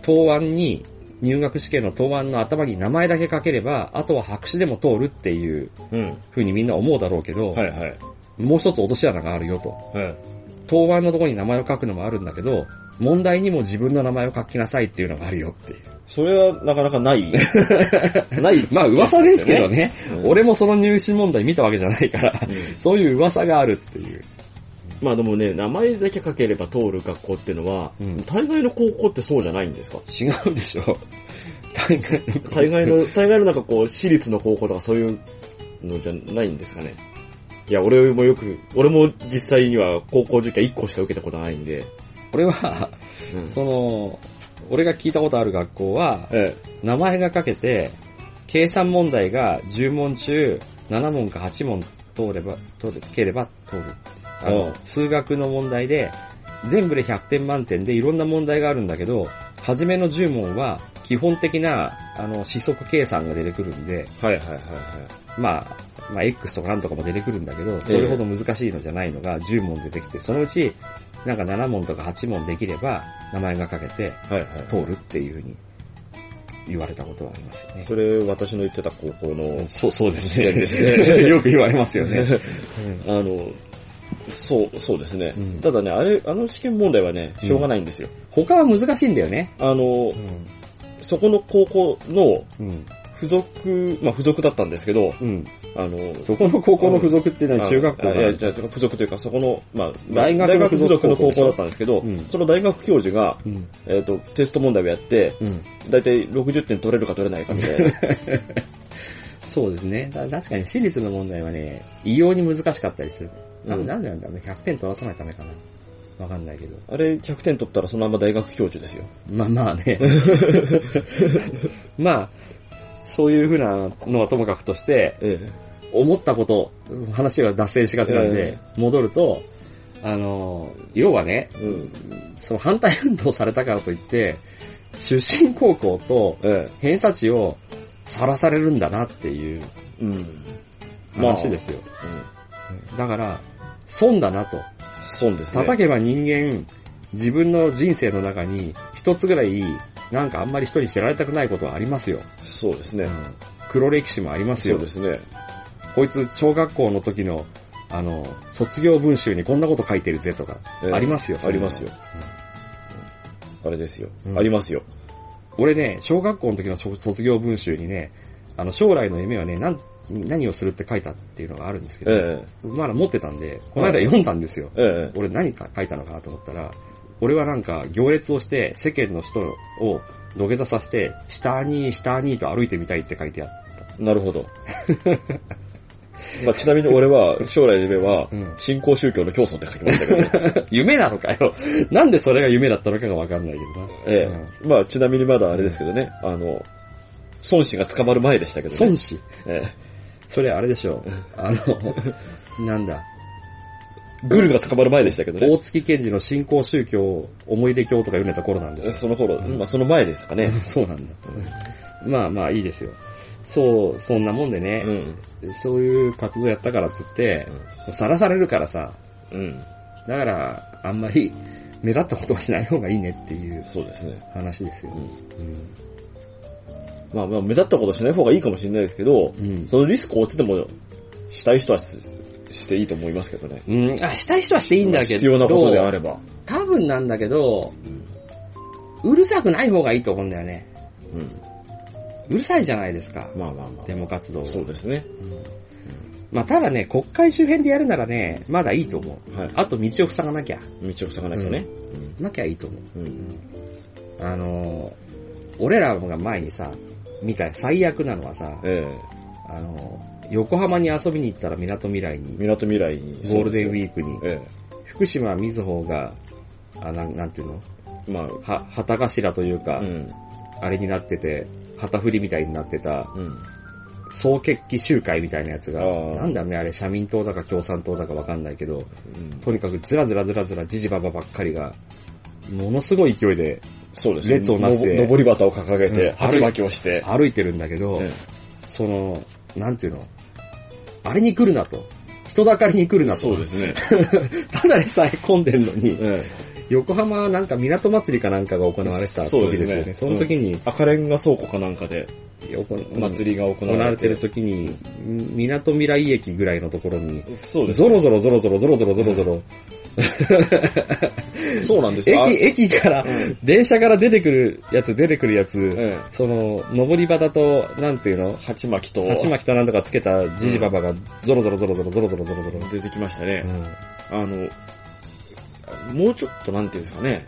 S1: 答案に、入学試験の答案の頭に名前だけ書ければ、あとは白紙でも通るっていう
S2: うん。
S1: 風にみんな思うだろうけど、
S2: はいはい。
S1: もう一つ落とし穴があるよと。
S2: はい。
S1: 答案のところに名前を書くのもあるんだけど、問題にも自分の名前を書きなさいっていうのがあるよっていう。
S2: それはなかなか ない。ない。
S1: まあ噂ですけど ね、
S2: うん、
S1: 俺もその入試問題見たわけじゃないから、
S2: うん
S1: そういう噂があるっていう。
S2: まあでもね、名前だけ書ければ通る学校っていうのは、
S1: うん
S2: 大概の高校ってそうじゃないんですか
S1: 違うでしょ。 大概の
S2: 大概 の、大概のなんかこう、私立の高校とかそういうのじゃないんですかね。いや、俺もよく、俺も実際には高校受験1個しか受けたことないんで。
S1: 俺は、
S2: うん
S1: その、俺が聞いたことある学校は、
S2: え
S1: 名前が書けて、計算問題が10問中7問か8問通れば、通れ、ければ通る。あ
S2: う
S1: の
S2: ん、
S1: 数学の問題で、全部で100点満点でいろんな問題があるんだけど、初めの10問は基本的な、あの、四則計算が出てくるんで、
S2: えはいはいはいはい。
S1: まあ、まあ、X とかなんとかも出てくるんだけど、それほど難しいのじゃないのが10問出てきて、そのうち、なんか7問とか8問できれば、名前が書けて
S2: はいはい。
S1: 通るっていうふうに言われたことはありますよね。
S2: それ、私の言ってた高校の、
S1: そう、そうです
S2: ねよ
S1: く言われますよね。
S2: あの、そう、そうですね。
S1: うん
S2: ただね、あれ、あの試験問題はね、しょうがないんですよ。
S1: 他は難しいんだよね。
S2: あの、そこの高校の
S1: うん。
S2: 付属、まあ付属だったんですけど、
S1: うん。
S2: あの、
S1: そこの高校の付属っていうのは中学校
S2: あいや、
S1: が。
S2: じゃあ付属というか、そこの、まあ、
S1: 大学の
S2: 大学付属の
S1: 付属高校でし
S2: 高
S1: ょ
S2: 校だったんですけど、
S1: うん
S2: その大学教授が、
S1: うん。
S2: えっ、と、テスト問題をやって、
S1: うん。
S2: だいたい60点取れるか取れないかみたい な。
S1: そうですね。だ確かに私立の問題はね、異様に難しかったりする。な
S2: うん
S1: なんでなんだろうね。100点取らさないためかな。わかんないけど。
S2: あれ、100点取ったらそのまま大学教授ですよ。
S1: まあまあね。まあ、そういうふうなのはともかくとして、
S2: ええ。
S1: 思ったこと、話が脱線しがちなんで、戻ると、あの、要はね、
S2: うん。
S1: その反対運動されたからといって、出身高校と
S2: え
S1: 偏差値をさらされるんだなっていう
S2: え。うん。まあ
S1: 話ですよ。
S2: うん。
S1: だから、損だなと。
S2: 損ですね。
S1: 叩けば人間、自分の人生の中に一つぐらい、なんかあんまり人に知られたくないことはありますよ。
S2: そうですね。
S1: 黒歴史もあります
S2: そ
S1: よ
S2: うで。すね。
S1: こいつ小学校の時の、あの、卒業文集にこんなこと書いてるぜとか、
S2: ええ
S1: ありますよ。
S2: ありますよ
S1: そんなの。
S2: あれですよ。
S1: うん
S2: ありますよ。
S1: 俺ね、小学校の時の卒卒業文集にね、あの、将来の夢はね、なん何をするって書いたっていうのがあるんですけど、
S2: え
S1: まだ持ってたんで、この間読んだんですよ。
S2: え。え
S1: 俺何か書いたのかなと思ったら、俺はなんか行列をして世間の人を土下座させて、下に下にと歩いてみたいって書いてある。
S2: え。なるほど。まあ、ちなみに 俺は、将来の夢は、
S1: うん
S2: 新興宗教の教祖って書きまし たけど、
S1: 夢なのかよ。 なんでそれが夢だったのかがわかんないけどな。
S2: え
S1: うん
S2: え。まあ、ちなみにまだあれですけどね、あの、孫子が捕まる前でしたけどね。
S1: 孫子。
S2: え
S1: それあれでしょ。あの、なんだ。
S2: えグルが捕まる前でしたけどね
S1: 大。月健二の信仰宗教を思い出教とか読んでた頃なんですよ
S2: その頃、
S1: うん
S2: まあ その前ですかね。
S1: そうなんだ。まあまあいいですよ。そう、そんなもんで
S2: う
S1: ね、
S2: ん。
S1: そういう活動やったからっつって、さらされるからさ、
S2: うん。
S1: だからあんまり目立ったことはしない方がいいねっていう
S2: そうですね。
S1: 話ですよ。うん。
S2: まあまあ目立ったことしない方がいいかもしれないですけど、
S1: うん。
S2: そのリスクを負ってでも、したい人はししていいと思いますけどね。
S1: うん、あ、したい人はしていいんだけど、
S2: 必要なことであれば。
S1: 多分なんだけど、うるさくない方がいいと思うんだよね。
S2: うん。
S1: うるさいじゃないですか。
S2: まあまあま
S1: デモ活動
S2: あ。そう
S1: を。
S2: ですね。
S1: まあただね、国会周辺でやるならね、まだいいと思う。
S2: はい。
S1: あと道を塞がなきゃ。
S2: 道を塞がないとね。
S1: なきゃいいと思う。
S2: うん。うん。
S1: あのー、俺らが前にさ、見た最悪なのはさ、
S2: え
S1: あのー、横浜に遊びに行ったら港未来
S2: え。
S1: に、
S2: 港未来に。
S1: ゴールデンウ
S2: ー
S1: ィークに、
S2: え
S1: 福島みずほが、あなんなんていうの
S2: え。ま
S1: は、旗頭という
S2: あ、
S1: か、
S2: うん。
S1: あれになってて、旗振りみたいになってた、
S2: うん。
S1: 総決起集会みたいなやつが、
S2: あー
S1: なんだろうね、あれ、社民党だか共産党だかわかんないけど、
S2: うん
S1: とにかくずらずらずらずらじじばばばっかりが、ものすごい勢いで
S2: そうですね。
S1: 列をなして
S2: のぼり旗を掲げ
S1: う
S2: て
S1: ん、
S2: 鉢巻きをして。
S1: 歩いてるんだけど、
S2: え
S1: その、なんていうの、あれに来るなと。人だかりに来る
S2: え
S1: なと。
S2: そうですね。
S1: ただでさえ混んでんのに、
S2: え
S1: 横浜なんか港祭りかなんかが行われてた時ですよね。そ
S2: そうですね
S1: の時に、
S2: 赤レンガ倉庫かなんかで
S1: 横うん
S2: 祭りが行
S1: 行わ
S2: わ
S1: れ
S2: れ
S1: て
S2: て
S1: る
S2: る。
S1: 時に、港未来駅ぐらいのところに、
S2: そうです
S1: ゾ
S2: ね、
S1: ロゾロゾロゾロゾロゾロゾロゾロ、
S2: そうなんですよ。あ
S1: 駅、駅から、電車から出てくるやつ、出てくるやつ、
S2: え
S1: その、上り旗と、なんていうの
S2: え、鉢巻きと、
S1: 鉢巻きとなんとかつけたジジババが、ゾロゾロゾロゾロゾロゾロゾロゾロ。
S2: 出てきました
S1: う
S2: ね。
S1: ん
S2: あの、もうちょっとなんていうんですかね。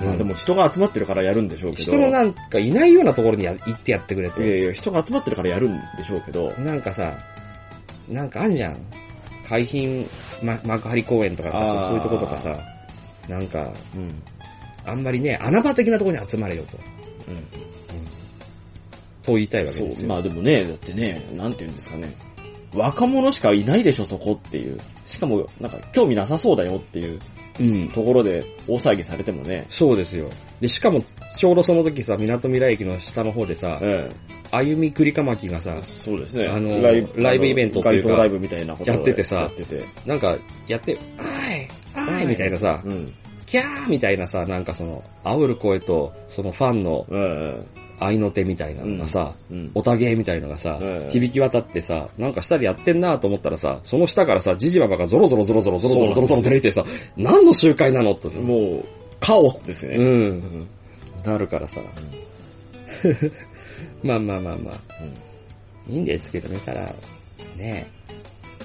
S1: うん
S2: まあでも人が集まってるからやるんでしょうけど。
S1: 人のなんかいないようなところにや行ってやってくれ
S2: いや
S1: て。
S2: いや、人が集まってるからやるんでしょうけど。
S1: なんかさ、なんかあんじゃん。海浜ま幕張公園とかさ
S2: あー
S1: そういうとことかさ、なんか、
S2: うん。
S1: あんまりね、穴場的なところに集まれよと。
S2: うん。
S1: と言いたいわけ
S2: そ
S1: です
S2: う、
S1: よ。
S2: まあでもね、だってね、なんていうんですかね。若者しかいないでしょ、そこっていう。しかも、なんか、興味なさそうだよっていう
S1: うん。
S2: ところで、大騒ぎされてもね。
S1: そうですよ。で、しかも、ちょうどその時さ、港未来駅の下の方でさ、
S2: え
S1: 歩みくりかまきがさ
S2: え。、そうですね。
S1: あのラ
S2: ラ
S1: イ
S2: イ
S1: ブ
S2: ブ
S1: イ
S2: イ
S1: ベ
S2: ベ
S1: ン
S2: ン
S1: ト
S2: ト
S1: っていうか
S2: 街頭ライブみたいなことを
S1: やっててさ
S2: やってて。
S1: なんか、やって、あい、あい、みたいなさ、
S2: うん。
S1: キャーみたいなさ、なんかその、煽る声と、そのファンの
S2: うん。
S1: 愛の手みたいなのがさ、
S2: うん。
S1: おたげみたいのがさ、
S2: ええ
S1: 響き渡ってさ、なんか下でやってんなと思ったらさ、その下からさ、ジジババがゾロゾロゾロゾロゾロゾロゾロゾロ出てきてさ、何の集会なのってさ、
S2: もう、カオスです
S1: う、
S2: ね。うんん。
S1: なるからさ。まあまあまあまあ、いいんですけどね、ただ、ね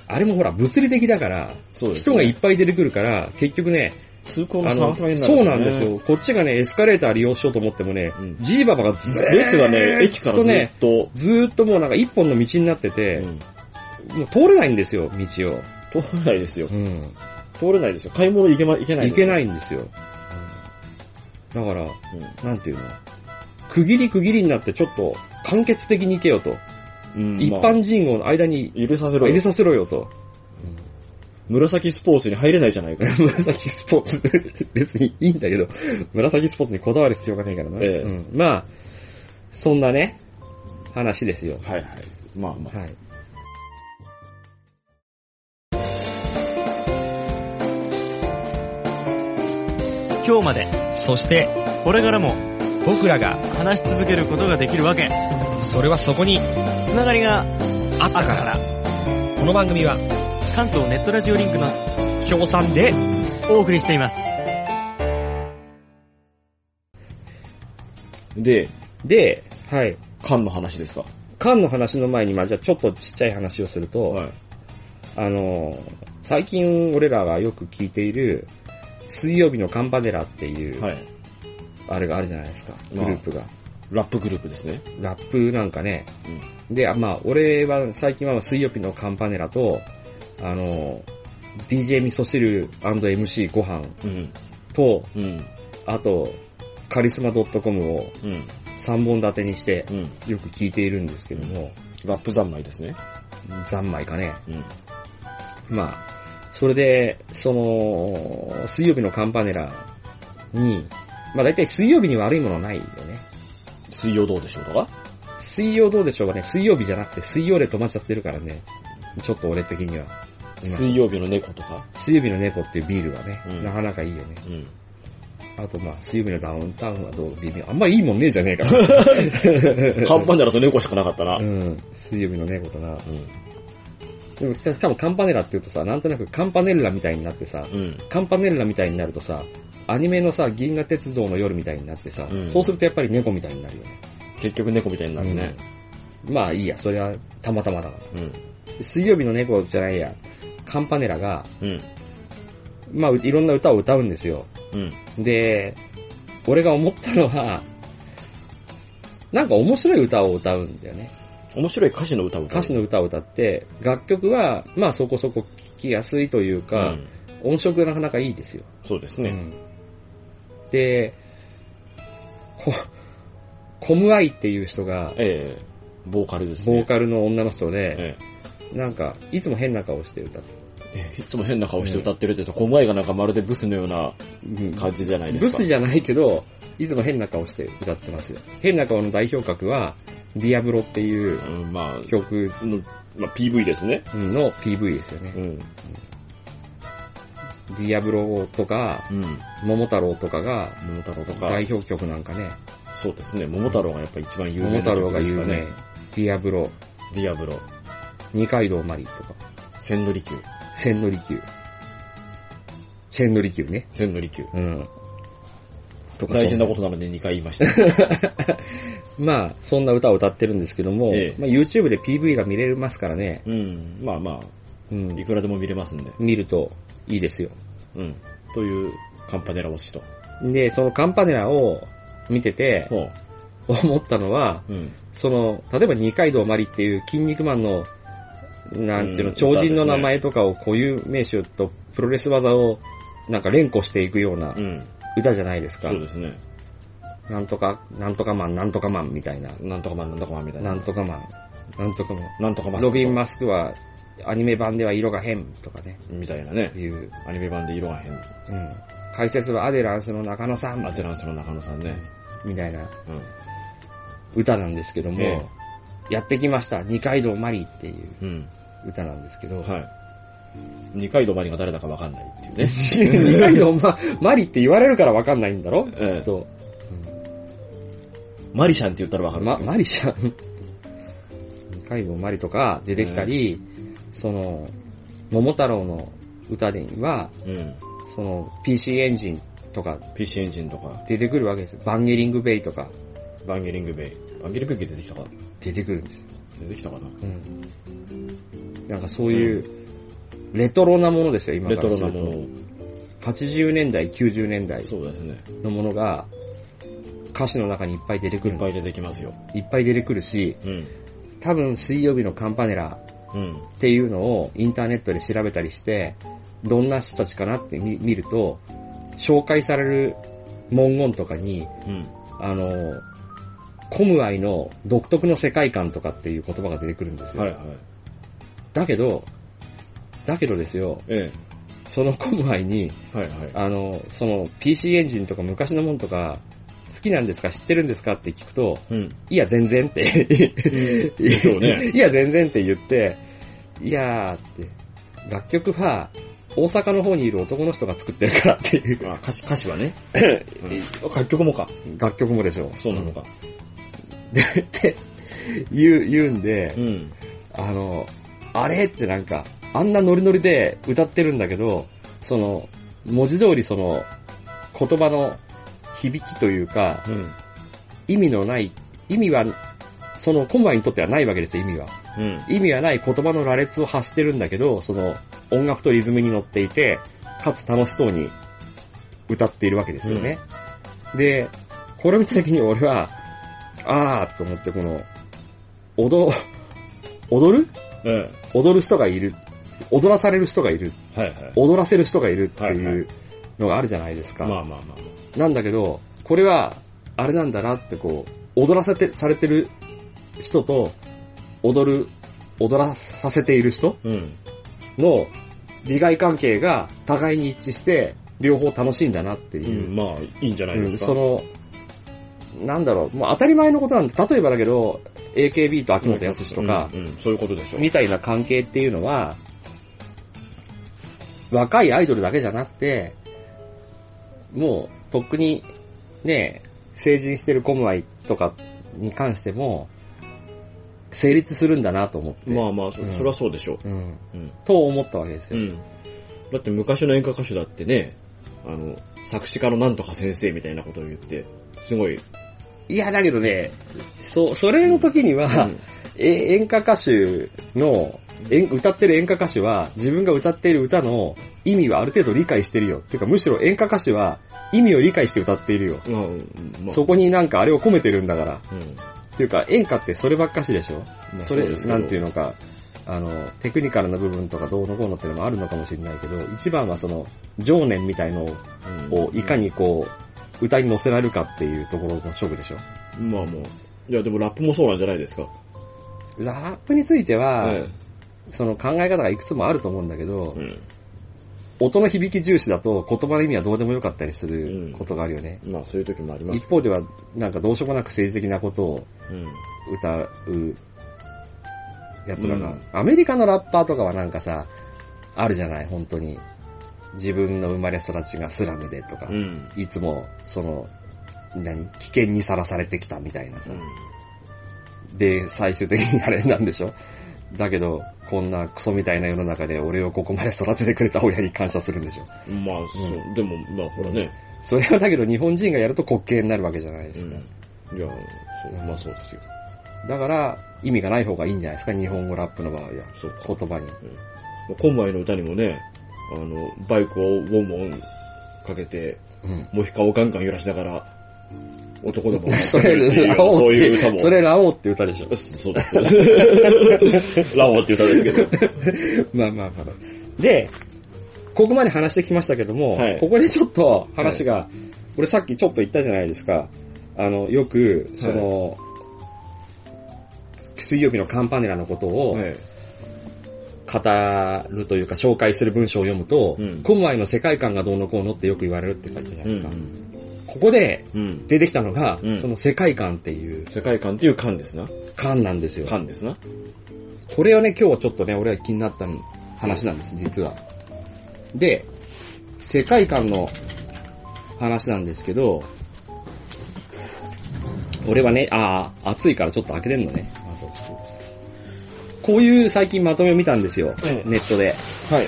S1: あれもほら、物理的だから、
S2: そうです
S1: 人
S2: ね。
S1: がいっぱい出てくるから、結局ね、
S2: 通行の
S1: あ
S2: 妨
S1: の、
S2: げになる、
S1: そうなんです。よ。こっちがね、エスカレーター利用しようと思ってもね
S2: うん、
S1: ジーババがずーっと
S2: 列がね、駅からずっと、
S1: ずーっともうなんか一本の道になってて、
S2: うん
S1: もう通れないんですよ、道を。
S2: 通れないですよ。通れないですよ。買い物行けま、行けない。。
S1: いけないいんですよ。だから、
S2: うん
S1: なんていうの区切り区切りになってちょっと完結的に行けよと。
S2: うん
S1: 一般人をの間に
S2: まあ許させろ
S1: 入れ
S2: よ。
S1: させろよと。
S2: 紫スポーツに入れないじゃないか。
S1: 紫スポーツ、別にいいんだけど、紫スポーツにこだわる必要がないからな。
S2: ええ
S1: うんまあ、そんなね、話ですよ。
S2: はいはい。まあまあ。
S1: はい。
S3: 今日までそしてこれからも僕らが話し続けることができるわけ
S4: それはそこに
S3: つながりが
S4: あったから。この番組は
S3: 関東ネットラジオリンクの
S4: 協賛で
S3: お送りしています
S2: で、
S1: で、はい。
S2: 缶の話ですか。
S1: 缶の話の前に、まあじゃあちょっとちっちゃい話をすると、
S2: はい。
S1: あの、最近俺らがよく聞いている、水曜日のカンパネラっていう、
S2: はい。
S1: あれがあるじゃないですか、グ
S2: まあ
S1: ループが。
S2: ラップグループですね。
S1: ラップなんかね。で、あまあ、俺は最近は水曜日のカンパネラと、あの、DJ 味噌汁 &MC ご飯
S2: うん。
S1: と、
S2: うん。
S1: あと、カリスマ .com を
S2: うん。
S1: 3本立てにして
S2: うん。
S1: よく聞いているんですけども、
S2: ラップ三昧ですね。
S1: 三昧かね。
S2: うん。
S1: まあ、それで、その、水曜日のカンパネラに、まあ大体水曜日に悪いものはないよね。
S2: 水曜どうでしょうとか
S1: 水曜どうでしょうかね。水曜日じゃなくて水曜で止まっちゃってるからね。ちょっと俺的には。今
S2: 水曜日の猫とか。
S1: 水曜日の猫っていうビールがね、
S2: うん
S1: なかなかいいよね。
S2: うん。
S1: あとまあ、水曜日のダウンタウンはどう微妙。あんまりいいもんねえじゃねえから。
S2: カンパネラと猫しかなかったな。う。
S1: うんん。水曜日の猫とな。でも、しかしかもカンパネラって言うとさ、なんとなくカンパネラみたいになってさ、
S2: うん。
S1: カンパネラみたいになるとさ、アニメのさ、銀河鉄道の夜みたいになってさ、
S2: うん
S1: そうするとやっぱり猫みたいになるよね。
S2: 結局猫みたいになるね。
S1: うんまあいいや、それはたまたまだか
S2: うん。
S1: ら。水曜日の猫じゃないや、カンパネラが、
S2: うん。
S1: まあいろんな歌を歌うんですよ。
S2: うん。
S1: で、俺が思ったのは、なんか面白い歌を歌うんだよね。
S2: 面白い歌詞の歌を歌う。
S1: 歌詞の歌を歌って、楽曲は、まあそこそこ聴きやすいという
S2: う
S1: か、
S2: ん。
S1: 音色がなかなかいいですよ。
S2: そうですね。
S1: うんで、こコムアイっていう人が、
S2: ええボーカルですね。
S1: ボーカルの女の人で、
S2: え
S1: なんか、いつも変な顔して歌って、
S2: ええいつも変な顔して歌ってるって言うと、小前がなんかまるでブスのような感じじゃないです
S1: ブ
S2: か。
S1: スじゃないけど、いつも変な顔して歌ってますよ。変な顔の代表格は、ディアブロっていう
S2: うん、まあ、
S1: 曲
S2: の、まあ、PV ですね。
S1: の PV ですよね
S2: う。ん。
S1: ディアブロとか、
S2: うん。
S1: 桃太郎とかが、
S2: 桃太郎とか、
S1: 代表曲なんかね、
S2: そうですね、桃太郎がやっぱ一番有
S1: 桃
S2: 名
S1: 太
S2: な
S1: 郎
S2: 曲
S1: が
S2: です
S1: 有
S2: か
S1: 名、
S2: ね
S1: デ。ィアブロ、
S2: ディアブロ、
S1: 二階堂マリーとか、
S2: 千利休、
S1: 千利休、千利休ね。
S2: 千利休。
S1: うん。と。
S2: 大事なこととなので2回言い ました。
S1: まあ、そんな歌を歌ってるんですけども、
S2: ええ
S1: まあ YouTube で PV が見れますからね、
S2: うん。まあま
S1: う
S2: あ、い
S1: ん、
S2: くらでも見れますんで。
S1: 見るといいですよ。
S2: うん。という、カンパネラ推しと。
S1: で、そのカンパネラを見てて、
S2: ほ
S1: 思ったのは、
S2: う。うん。
S1: その、例えば二階堂マリっていう筋肉マンの、なんていう
S2: う
S1: の、
S2: ん
S1: 超人の名前とかを固有名詞とプロレス技をなんか連呼していくような
S2: うん。
S1: 歌じゃないですか
S2: そう。ですね。
S1: なんとか、なんとかマン、なんとかマンみたいな。
S2: なんとかマン、なんとかマンみたいな。
S1: なんとかマン、なんとかマン。
S2: なんとかマス
S1: ロ
S2: クと
S1: ビン・マスクはアニメ版では色が変とかね、
S2: みたいなね。
S1: いう。
S2: アニメ版で色が変。
S1: うん。解説はアデランスの中野さん
S2: アテランスの中野さんね。
S1: みたいな
S2: うん。
S1: 歌なんですけども、
S2: え
S1: やってきました、二階堂マリっていう
S2: うん。
S1: 歌なんですけど、
S2: はい。二階堂マリが誰だかわかんないっていうね。
S1: 二階堂ま、マリって言われるからわかんないんだろ
S2: ええ
S1: と、
S2: マリシャンって言ったらわかる。
S1: ま、マリじゃん。二階堂マリとか出てきたり、その、桃太郎の歌では、
S2: うん。
S1: その、PC エンジンとか
S2: PC エンジンとか、
S1: 出てくるわけですよ。バンゲリングベイとか
S2: バンゲリングベイ。バンゲリングベイ出てきたか
S1: 出てくるんですよ。
S2: 出てきたかな
S1: うん。なんかそういう、レトロなものですよ、今
S2: レ
S1: か
S2: ト
S1: ら
S2: ロ
S1: す
S2: な
S1: ると
S2: ものを。
S1: 80年代、90年代
S2: そうですね。
S1: のものが、歌詞の中にいっぱい出てく
S2: い
S1: る
S2: っ。ぱい出てきますよ。
S1: いっぱい出てくるし、
S2: うん。
S1: 多分水曜日のカンパネラ
S2: うん。
S1: っていうのをインターネットで調べたりして、どんな人たちかなって見見ると、紹介される文言とかに、
S2: うん。
S1: あの、コムアイの独特の世界観とかっていう言葉が出てくるんですよ。
S2: はいはい。
S1: だけど、だけどですよ、
S2: え
S1: そのコムアイに、
S2: え。はいはい。
S1: あの、その PC エンジンとか昔のもんとか、好きなんですか知ってるんですかって聞くと、
S2: うん。
S1: いや、全然って。
S2: でしょうね
S1: いや、全然って言って、いやーって、楽曲は、大阪の方にいる男の人が作ってるからっていう。
S2: まあ歌詞、歌詞はね。うん楽曲もか。
S1: 楽曲も でしょ
S2: そうなのか。
S1: って、言う、言うんで
S2: う、ん。
S1: あの、あれってなんか、あんなノリノリで歌ってるんだけど、その、文字通りその、言葉の響きというか、
S2: うん。
S1: 意味のない、意味は、そのコンバインにとってはないわけですよ、意味は。
S2: うん。
S1: 意味はない言葉の羅列を発してるんだけど、その音楽とリズムに乗っていて、かつ楽しそうに歌っているわけですよね。で、これを見た時に俺は、あーと思ってこの、踊、踊る
S2: ええ。
S1: 踊る人がいる。踊らされる人がいる。
S2: はいはい。
S1: 踊らせる人がいるって
S2: はい
S1: い
S2: は
S1: うのがあるじゃないですか。
S2: まあまあまあまあ。
S1: なんだけど、これは、あれなんだなってこう、踊らせて、されてる人と、踊る、踊らさせている人
S2: うん。
S1: の利害関係が互いに一致して、両方楽しいんだなって
S2: う
S1: いう。
S2: ん、まあ、いいんじゃない
S1: うん
S2: ですか。
S1: その、なんだろう、もう当たり前のことなんだ。例えばだけど、AKB と秋元康とか
S2: う、ん、うんそういうことでしょう。
S1: みたいな関係っていうのは、若いアイドルだけじゃなくて、もう、とっくに、ね、成人してるコムアイとかに関しても、成立するんだなと思って。
S2: まあまあ、そ
S1: うん
S2: そりゃそうでしょう。
S1: うん。
S2: うん。
S1: と思ったわけです
S2: う
S1: よ。
S2: ん。だって昔の演歌歌手だってね、あの、作詞家のなんとか先生みたいなことを言って、すごい。
S1: いや、だけどね、そ、それの時には、
S2: うん
S1: え演歌歌手の、演歌ってる演歌歌手は、自分が歌っている歌の意味はある程度理解してるよ。っていうか、むしろ演歌歌手は、意味を理解して歌っているよ。
S2: まあ、うんまあ、
S1: そこになんかあれを込めてるんだから。
S2: うん。
S1: っていうか、演歌ってそればっかしでしょ、
S2: まあ
S1: そ
S2: そう
S1: れ
S2: ですけど
S1: なんていうのか、あの、テクニカルな部分とかどうのこうのってのもあるのかもしれないけど、一番はその、情念みたいの
S2: うん
S1: をいかにこう、歌に乗せられるかっていうところの勝負でしょ
S2: まあもう。いや、でもラップもそうなんじゃないですか。
S1: ラップについては、
S2: え
S1: その考え方がいくつもあると思うんだけど、
S2: えうん。
S1: 音の響き重視だと言葉の意味はどうでもよかったりすることがあるよね。
S2: まあそういう時もありま
S1: 一
S2: す。
S1: 方では、なんかどうしようもなく政治的なことを
S2: うん。
S1: 歌うやつらが、
S2: うん
S1: アメリカのラッパーとかはなんかさ、あるじゃない、本当に。自分の生まれ育ちがスラムでとか、
S2: うん。
S1: いつも、その、何危険にさらされてきたみたいなさ。で、最終的にあれなんでしょだけど、こんなクソみたいな世の中で俺をここまで育ててくれた親に感謝するんでしょ
S2: まあ、そう、でも、まあ、ほらね。
S1: それはだけど日本人がやると滑稽になるわけじゃないで
S2: う
S1: すか。
S2: ん。いや、そう、まあそうですよ。
S1: だから、意味がない方がいいんじゃないですか日本語ラップの場合は。
S2: そうか。
S1: 言葉に。
S2: 今回の歌にもね、あの、バイクをウォンウォンかけて、
S1: うん。
S2: モヒカンをガンガン揺らしながら、男 どもを
S1: そ
S2: って
S1: れ、
S2: いうよう
S1: ラ
S2: な
S1: オウ
S2: そう
S1: っ
S2: いう歌
S1: て、
S2: も。
S1: それラオウって歌でしょ。
S2: そうです。 ラオウっていう歌ですけど。
S1: まあまあまあ。 で、ここまで話してきましたけども、
S2: はい
S1: ここでちょっと話が、俺さっきちょっと言ったじゃないですか。あの、よく、その、水曜日のカンパネラのことを
S2: はい。
S1: 語るというか紹介する文章を読むと、
S2: うん
S1: 今回の世界観がどうのこうのってよく言われるって書いてあるじゃな
S2: う
S1: いですか。
S2: ん。
S1: ここで
S2: うん。
S1: 出てきたのが、
S2: うん
S1: その世界観っていう
S2: 世界観っていう観ですな。
S1: 観なんですよ。
S2: 観ですな。
S1: これをね、今日ちょっとね、俺は気になった話なんです、実は。で、世界観の話なんですけど、俺はね、あー、暑いからちょっと開けてんのね。こういう最近まとめを見たんですよ、
S2: うん
S1: ネットで。
S2: はい。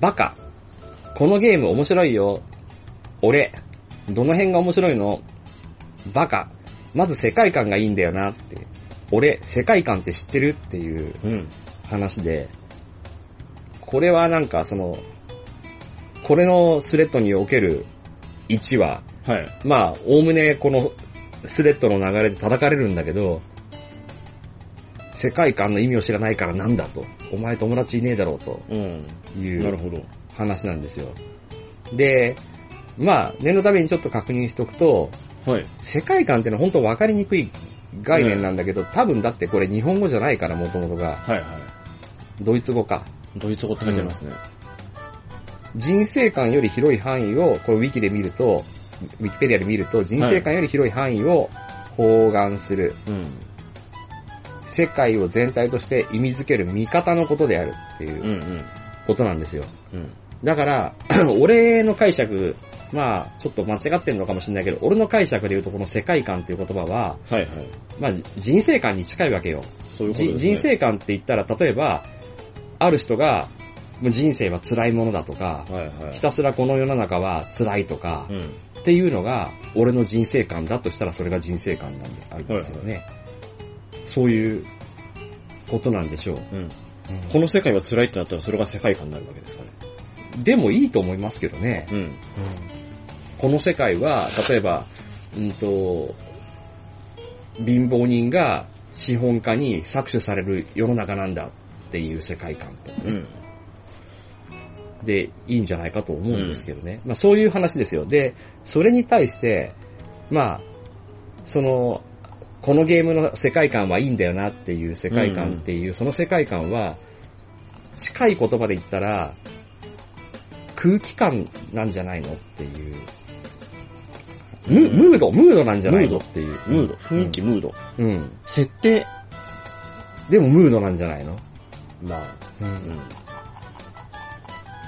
S1: バカ。このゲーム面白いよ。俺。どの辺が面白いのバカ。まず世界観がいいんだよなって。俺、世界観って知ってるっていう
S2: うん。
S1: 話で、これはなんかその、これのスレッドにおける1は、
S2: はい。
S1: まあ、おおむねこのスレッドの流れで叩かれるんだけど、世界観の意味を知らないからなんだと。お前友達いねえだろうと
S2: うん。
S1: い
S2: なる
S1: う
S2: ほど。
S1: 話なんですよ。で、まあ、念のためにちょっと確認しておくと、
S2: はい。
S1: 世界観ってのは本当分かりにくい概念なんだけど、多分だってこれ日本語じゃないから、もともとが。
S2: はいは
S1: ドイツ語か。
S2: い。ドイツ語って書いてありますね。
S1: 人生観より広い範囲を、これウィキで見ると、ウィキペディアで見ると、人生観より広い範囲を包含する。
S2: うん。
S1: 世界を全体として意味づける見方のことであるっていううん
S2: うん。
S1: ことなんですよ。
S2: うん。
S1: だから、 俺の解釈、まあ、ちょっと間違ってるのかもしれないけど、俺の解釈で言うとこの世界観っていう言葉は、
S2: はいはい。
S1: まあ、人生観に近いわけよ。
S2: そういうこと
S1: じ
S2: ですね。
S1: 人生観って言ったら、例えば、ある人が、もう人生は辛いものだとか、
S2: はいはい。
S1: ひたすらこの世の中は辛いとか、
S2: うん。
S1: っていうのが、俺の人生観だとしたらそれが人生観なんであるんですよね。そういうことなんでしょう。
S2: うん。この世界は辛いってなったらそれが世界観になるわけですかね。
S1: でもいいと思いますけどね。
S2: うん。
S1: この世界は、例えば、うんと、貧乏人が資本家に搾取される世の中なんだっていう世界観と
S2: うん。
S1: でいいんじゃないかと思うんですけどね。まあそういう話ですよ。で、それに対して、まあ、その、このゲームの世界観はいいんだよなっていう世界観っていう、その世界観は、近い言葉で言ったら、空気感なんじゃないのっていう。ム
S2: うん
S1: ムード、ムードなんじゃないの
S2: ムー
S1: っ
S2: ド
S1: ていう。
S2: ムード。雰囲気、ムード。
S1: うん。うん。
S2: 設定。
S1: でもムードなんじゃないの
S2: まあ、うん。
S1: っ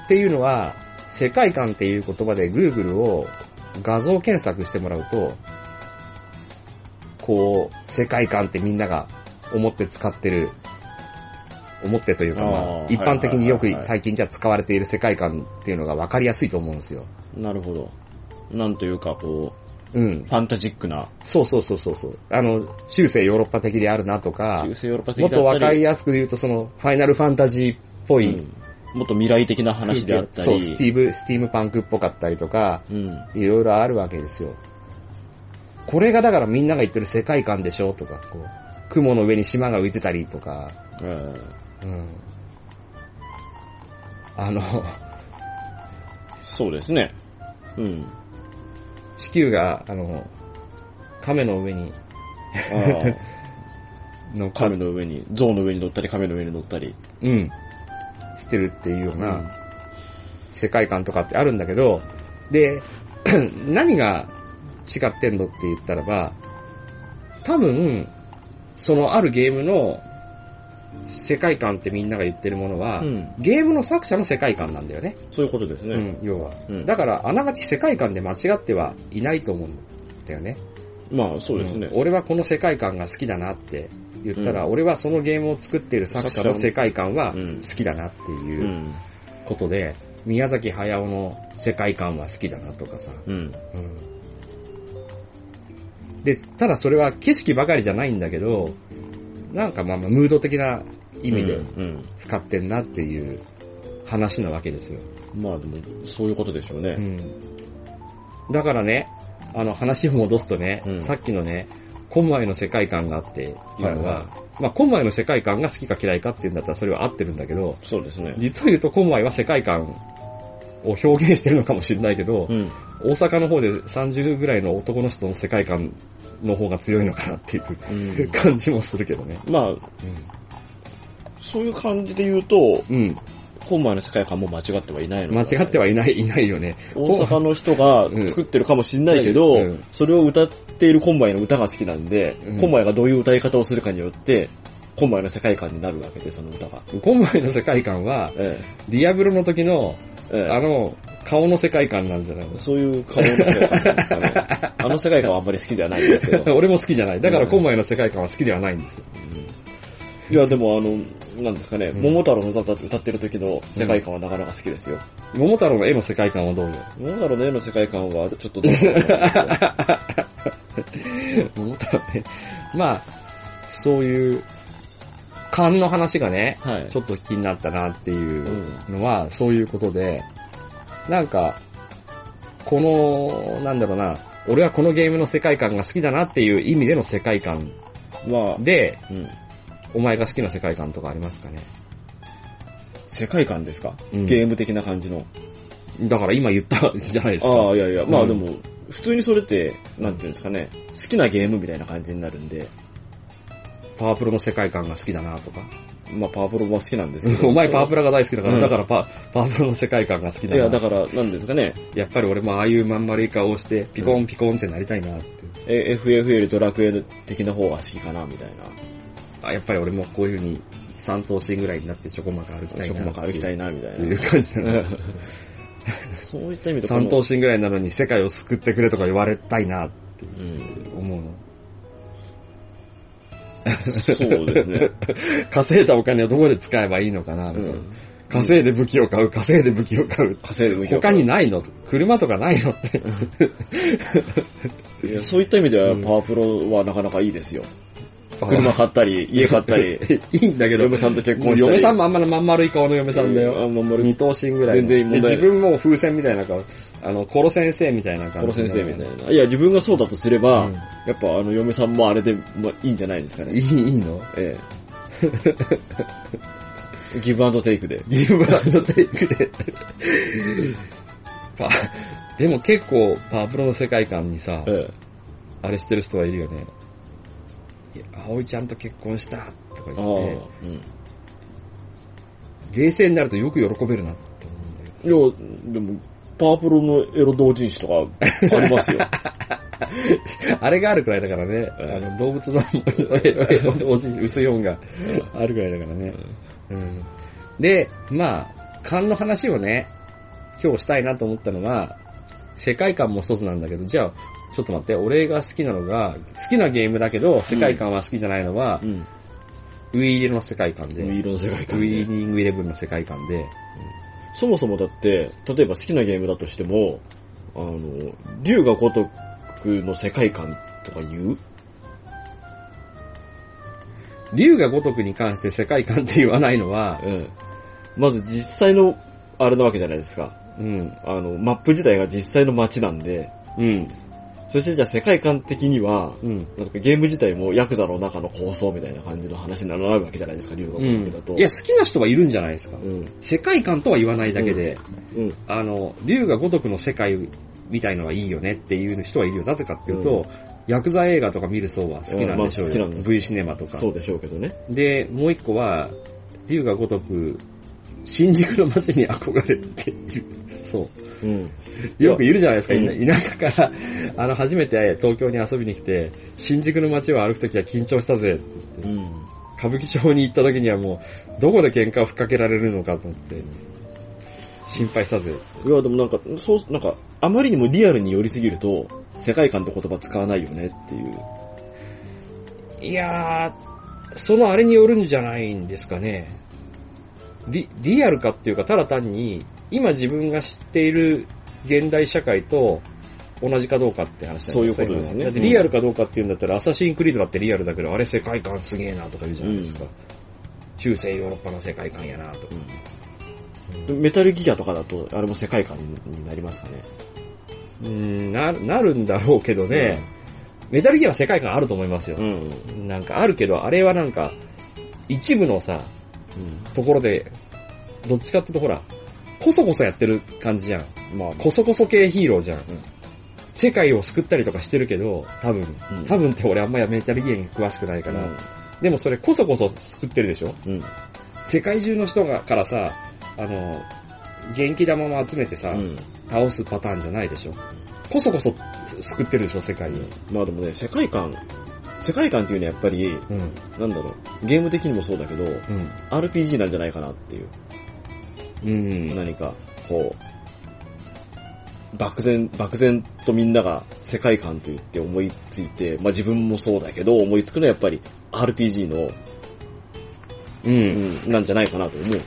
S1: ていうのは、世界観っていう言葉で Google を画像検索してもらうと、こう、世界観ってみんなが思って使ってる、思ってというか、まあ
S2: あ、ー
S1: 一般的によ
S2: は
S1: く
S2: いはいはいはい
S1: 最近じゃ使われている世界観っていうのが分かりやすいと思うんですよ。
S2: なるほど。なんというか、こ
S1: うん
S2: う、。ファンタジックな、
S1: そうそうそうそうそう。あの、中世ヨーロッパ的であるなとか
S2: 中、世ヨーロッパ的
S1: もっ
S2: だ
S1: と
S2: っ
S1: 分
S2: た
S1: かり
S2: り、
S1: やすく言うと、その、ファイナルファンタジーっぽい、
S2: うんもっと未来的な話であった
S1: そう、ステ
S2: り、
S1: ィーブ、スティームパンクっぽかったりとか、
S2: うん。
S1: いろいろあるわけですよ。これがだからみんなが言ってる世界観でしょとか、こう、雲の上に島が浮いてたりとか、
S2: うん
S1: うん。あの、
S2: そうですね。うん。
S1: 地球が、あの、亀の上に、
S2: あー
S1: のか
S2: 亀の上に、象の上に乗ったり、亀の上に乗ったり。
S1: うん、してるっていうよう
S2: うん
S1: な世界観とかってあるんだけど、で、 何が違ってんのって言ったらば、多分、そのあるゲームの世界観ってみんなが言ってるものは、
S2: うん
S1: ゲームの作者の世界観なんだよね。
S2: そういうことです
S1: う
S2: ね。
S1: ん、要は。
S2: うん
S1: だから、あながち世界観で間違ってはいないと思うんだよね。
S2: まあ、そうですね
S1: ん。俺はこの世界観が好きだなって言ったら、
S2: う
S1: 俺はそのゲームを作ってる作者の世界観は
S2: うん
S1: 好きだなって
S2: う。
S1: いうんことで、宮崎駿の世界観は好きだなとかさ。
S2: うん。
S1: うんで、ただそれは景色ばかりじゃないんだけど、なんかまあまあムード的な意味で
S2: うん。
S1: 使ってんなっていう話なわけですよ。
S2: うんまあ、でも、そういうことでしょうね。
S1: うんだからね、あの話を戻すとね、
S2: うん
S1: さっきのね、コンマイの世界観があっていうのは、
S2: はいは
S1: まあコンマイの世界観が好きか嫌いかっていうんだったらそれは合ってるんだけど、
S2: そうですね。
S1: 実を言うとコンマイは世界観を表現してるのかもしれないけど、
S2: うん。
S1: 大阪の方で30ぐらいの男の人の世界観の方が強いのかなっていう
S2: うん。
S1: 感じもするけどね。
S2: まあ、そういう感じで言うと、
S1: うん。
S2: 今晩の世界観も間違ってはいないの
S1: 間違って
S2: は
S1: はいない、いないよね。
S2: 大阪の人が
S1: うん
S2: 作ってるかもしんないけ
S1: う
S2: ど、
S1: ん
S2: それを歌っている今晩の歌が好きなんで、
S1: うん
S2: 今晩がどういう歌い方をするかによって、今晩の世界観になるわけで、その歌が。
S1: コンマイの世界観は、
S2: え
S1: ディアブロの時の、
S2: え。ええ
S1: あの、顔の世界観なんじゃないの
S2: そういう可能の世界観なんですかね。 あの世界観はあんまり好きじゃないですけど。
S1: 俺も好きじゃない。だから
S2: うん
S1: 今回の世界観は好きではないんですよ。
S2: いや、でもあの、なんですかね、
S1: うん
S2: 桃太郎の歌歌ってる時の世界観はなかなか好きですよ。
S1: 桃太郎の絵の世界観は どうよ。
S2: 桃太郎の絵の世界観はちょっとどうかなと思 うんですけど
S1: 桃太郎ね。まあ、そういう、勘の話がね、
S2: はい。
S1: ちょっと気になったなっていううんのは、そういうことで、なんか、この、なんだろうな、俺はこのゲームの世界観が好きだなっていう意味での世界観
S2: まあ、
S1: で、
S2: うん。
S1: お前が好きな世界観とかありますかね。
S2: 世界観ですか、
S1: うん
S2: ゲーム的な感じの。
S1: だから今言ったじゃないですか。
S2: ああ、いやいや、ま
S1: う
S2: あ
S1: ん
S2: でも、普通にそれって、なんていうんですかね、好きなゲームみたいな感じになるんで、
S1: パワープロの世界観が好きだなとか。
S2: まあパワープロも好きなんですけ ど。
S1: お前パワープラが大好きだから、
S2: うん
S1: だからパパワープロの世界観が好きだ
S2: い
S1: な。
S2: や、だから、なんですかね、
S1: やっぱり俺もああいうまん丸い顔をして、ピコンピコンってなりたいなって。
S2: え FF よりドラクエ的な方が好きかな、みたいな。
S1: あやっぱり俺もこういう風に三頭身ぐらいになってちょこまか歩きたいな。
S2: ちょこまか歩きた
S1: い。
S2: いな、みたい
S1: ってい
S2: な
S1: う。感じだな
S2: そういった意味でこの
S1: 三頭身ぐらいなのに世界を救ってくれとか言われたいなって
S2: うん。
S1: 思うの。
S2: そうですね。
S1: 稼いだお金をどこで使えばいいのかなみた
S2: う
S1: いな、
S2: ん。
S1: 稼いで武器を買う、稼いで武器を買う。
S2: 稼いでもいいけど
S1: 他にないの車とかないの って。
S2: いやそういった意味では
S1: うん
S2: パワープロはなかなかいいですよ。車買ったり、家買ったり、
S1: いいんだけど。
S2: 嫁さんと結婚したり。
S1: 嫁さんもあんまりまん丸い顔の嫁さんだよ。
S2: あんまり
S1: 二等身ぐらいの。
S2: 全然問題ない
S1: で自分も風船みたいな顔。あの、コロ先生みたいな
S2: こ
S1: 感
S2: の
S1: じ。
S2: 先生みたいな。いや、自分がそうだとすれば、
S1: うん
S2: やっぱあの、嫁さんもあれで、まあ、いいんじゃないですか
S1: い
S2: ね。
S1: い、いいの
S2: え え。ギブアンドテイクで。
S1: ギブアンドテイクで。パでも結構、パワープロの世界観にさ
S2: え、え。
S1: あれしてる人はいるよね。いや、葵ちゃんと結婚したとか
S2: ああ、
S1: 言って、
S2: うん。
S1: 冷静になるとよく喜べるなって思うんだけ
S2: いや、でも、パワープロのエロ同人誌とかありますよ。
S1: ど。あれがあるくらいだからね、
S2: うん
S1: あの動物のえおじ薄い音が あるくらいだからね。うんで、まあ、勘の話をね、今日したいなと思ったのは、世界観も一つなんだけど、じゃあ、ちょっと待って、俺が好きなのが、好きなゲームだけど、世界観は好きじゃないのは
S2: う、ん。
S1: ウィーレの世界観で、
S2: ウ
S1: ウ
S2: ィ
S1: ィ
S2: ーロの世界観
S1: ー
S2: で。
S1: ニングイレブンの世界観で、
S2: そもそもだって、例えば好きなゲームだとしても、あの、竜が如くの世界観とか言う
S1: 竜が如くに関して世界観って言わないのは、
S2: ええ。まず実際の、あれなわけじゃないですか。
S1: うん、
S2: あの、マップ自体が実際の街なんで、
S1: うん、
S2: そしてじゃあ世界観的には、
S1: うん。
S2: なんかゲーム自体もヤクザの中の構想みたいな感じの話になるわけじゃないですか、竜が
S1: う
S2: 如く
S1: ん
S2: だと。
S1: いや、好きな人はいるんじゃないですか。
S2: うん。
S1: 世界観とは言わないだけで、
S2: うん。
S1: あの、竜が如くの世界みたいのはいいよねっていう人はいるよ。なぜかっていうと、ヤクザ映画とか見る層は好きなんでしょうよ。
S2: うんまあ好きなんです
S1: V シネマとか。
S2: そうでしょうけどね。
S1: で、もう一個は、竜が如く、新宿の街に憧れている。そう。
S2: うん。
S1: よくいるじゃないですか、
S2: うん
S1: 田田舎から、あの、初めて東京に遊びに来て、新宿の街を歩くときは緊張したぜって言って
S2: うん。
S1: 歌舞伎町に行った時にはもう、どこで喧嘩を吹っかけられるのかと思って、心配したぜ。
S2: いや、でもなんか、そう、なんか、あまりにもリアルに寄りすぎると、世界観って言葉使わないよねっていう。
S1: いやー、そのあれによるんじゃないんですかね。リ、リアルかっていうか、ただ単に、今自分が知っている現代社会と同じかどうかって話
S2: そういうことですね
S1: 今だってリアルかどうかっていうんだったら、アサシンクリードだってリアルだけど、あれ世界観すげえなとか言うじゃないですか。中世ヨーロッパの世界観やなとか。
S2: メタルギアとかだと、あれも世界観になりますかね。
S1: うーん、な、なるんだろうけどね、メタルギアは世界観あると思いますよ
S2: う。ん。うん。
S1: なんかあるけど、あれはなんか、一部のさ、ところで、どっちかっていうとほら、こそこそやってる感じじゃん。
S2: まあ、
S1: こそこそ系ヒーローじゃん。
S2: ん
S1: 世界を救ったりとかしてるけど、多分、
S2: うん
S1: 多分って俺あんまやめちゃりゲーに詳しくないから、でもそれこそこそ救ってるでしょ
S2: うん。うん。
S1: 世界中の人がからさ、あの、元気玉も集めてさ、
S2: うん
S1: 倒すパターンじゃないでしょこそこそ救ってるでしょ世界を。
S2: まあでもね、世界観、世界観っていうのはやっぱり、
S1: うん。
S2: なんだろう、ゲーム的にもそうだけど、
S1: うん。
S2: RPG なんじゃないかなっていう。
S1: うん。
S2: 何か、こう、漠然、漠然とみんなが世界観と言って思いついて、まあ自分もそうだけど、思いつくのはやっぱり RPG の、
S1: う。
S2: うんん、なんじゃないかなと思うよ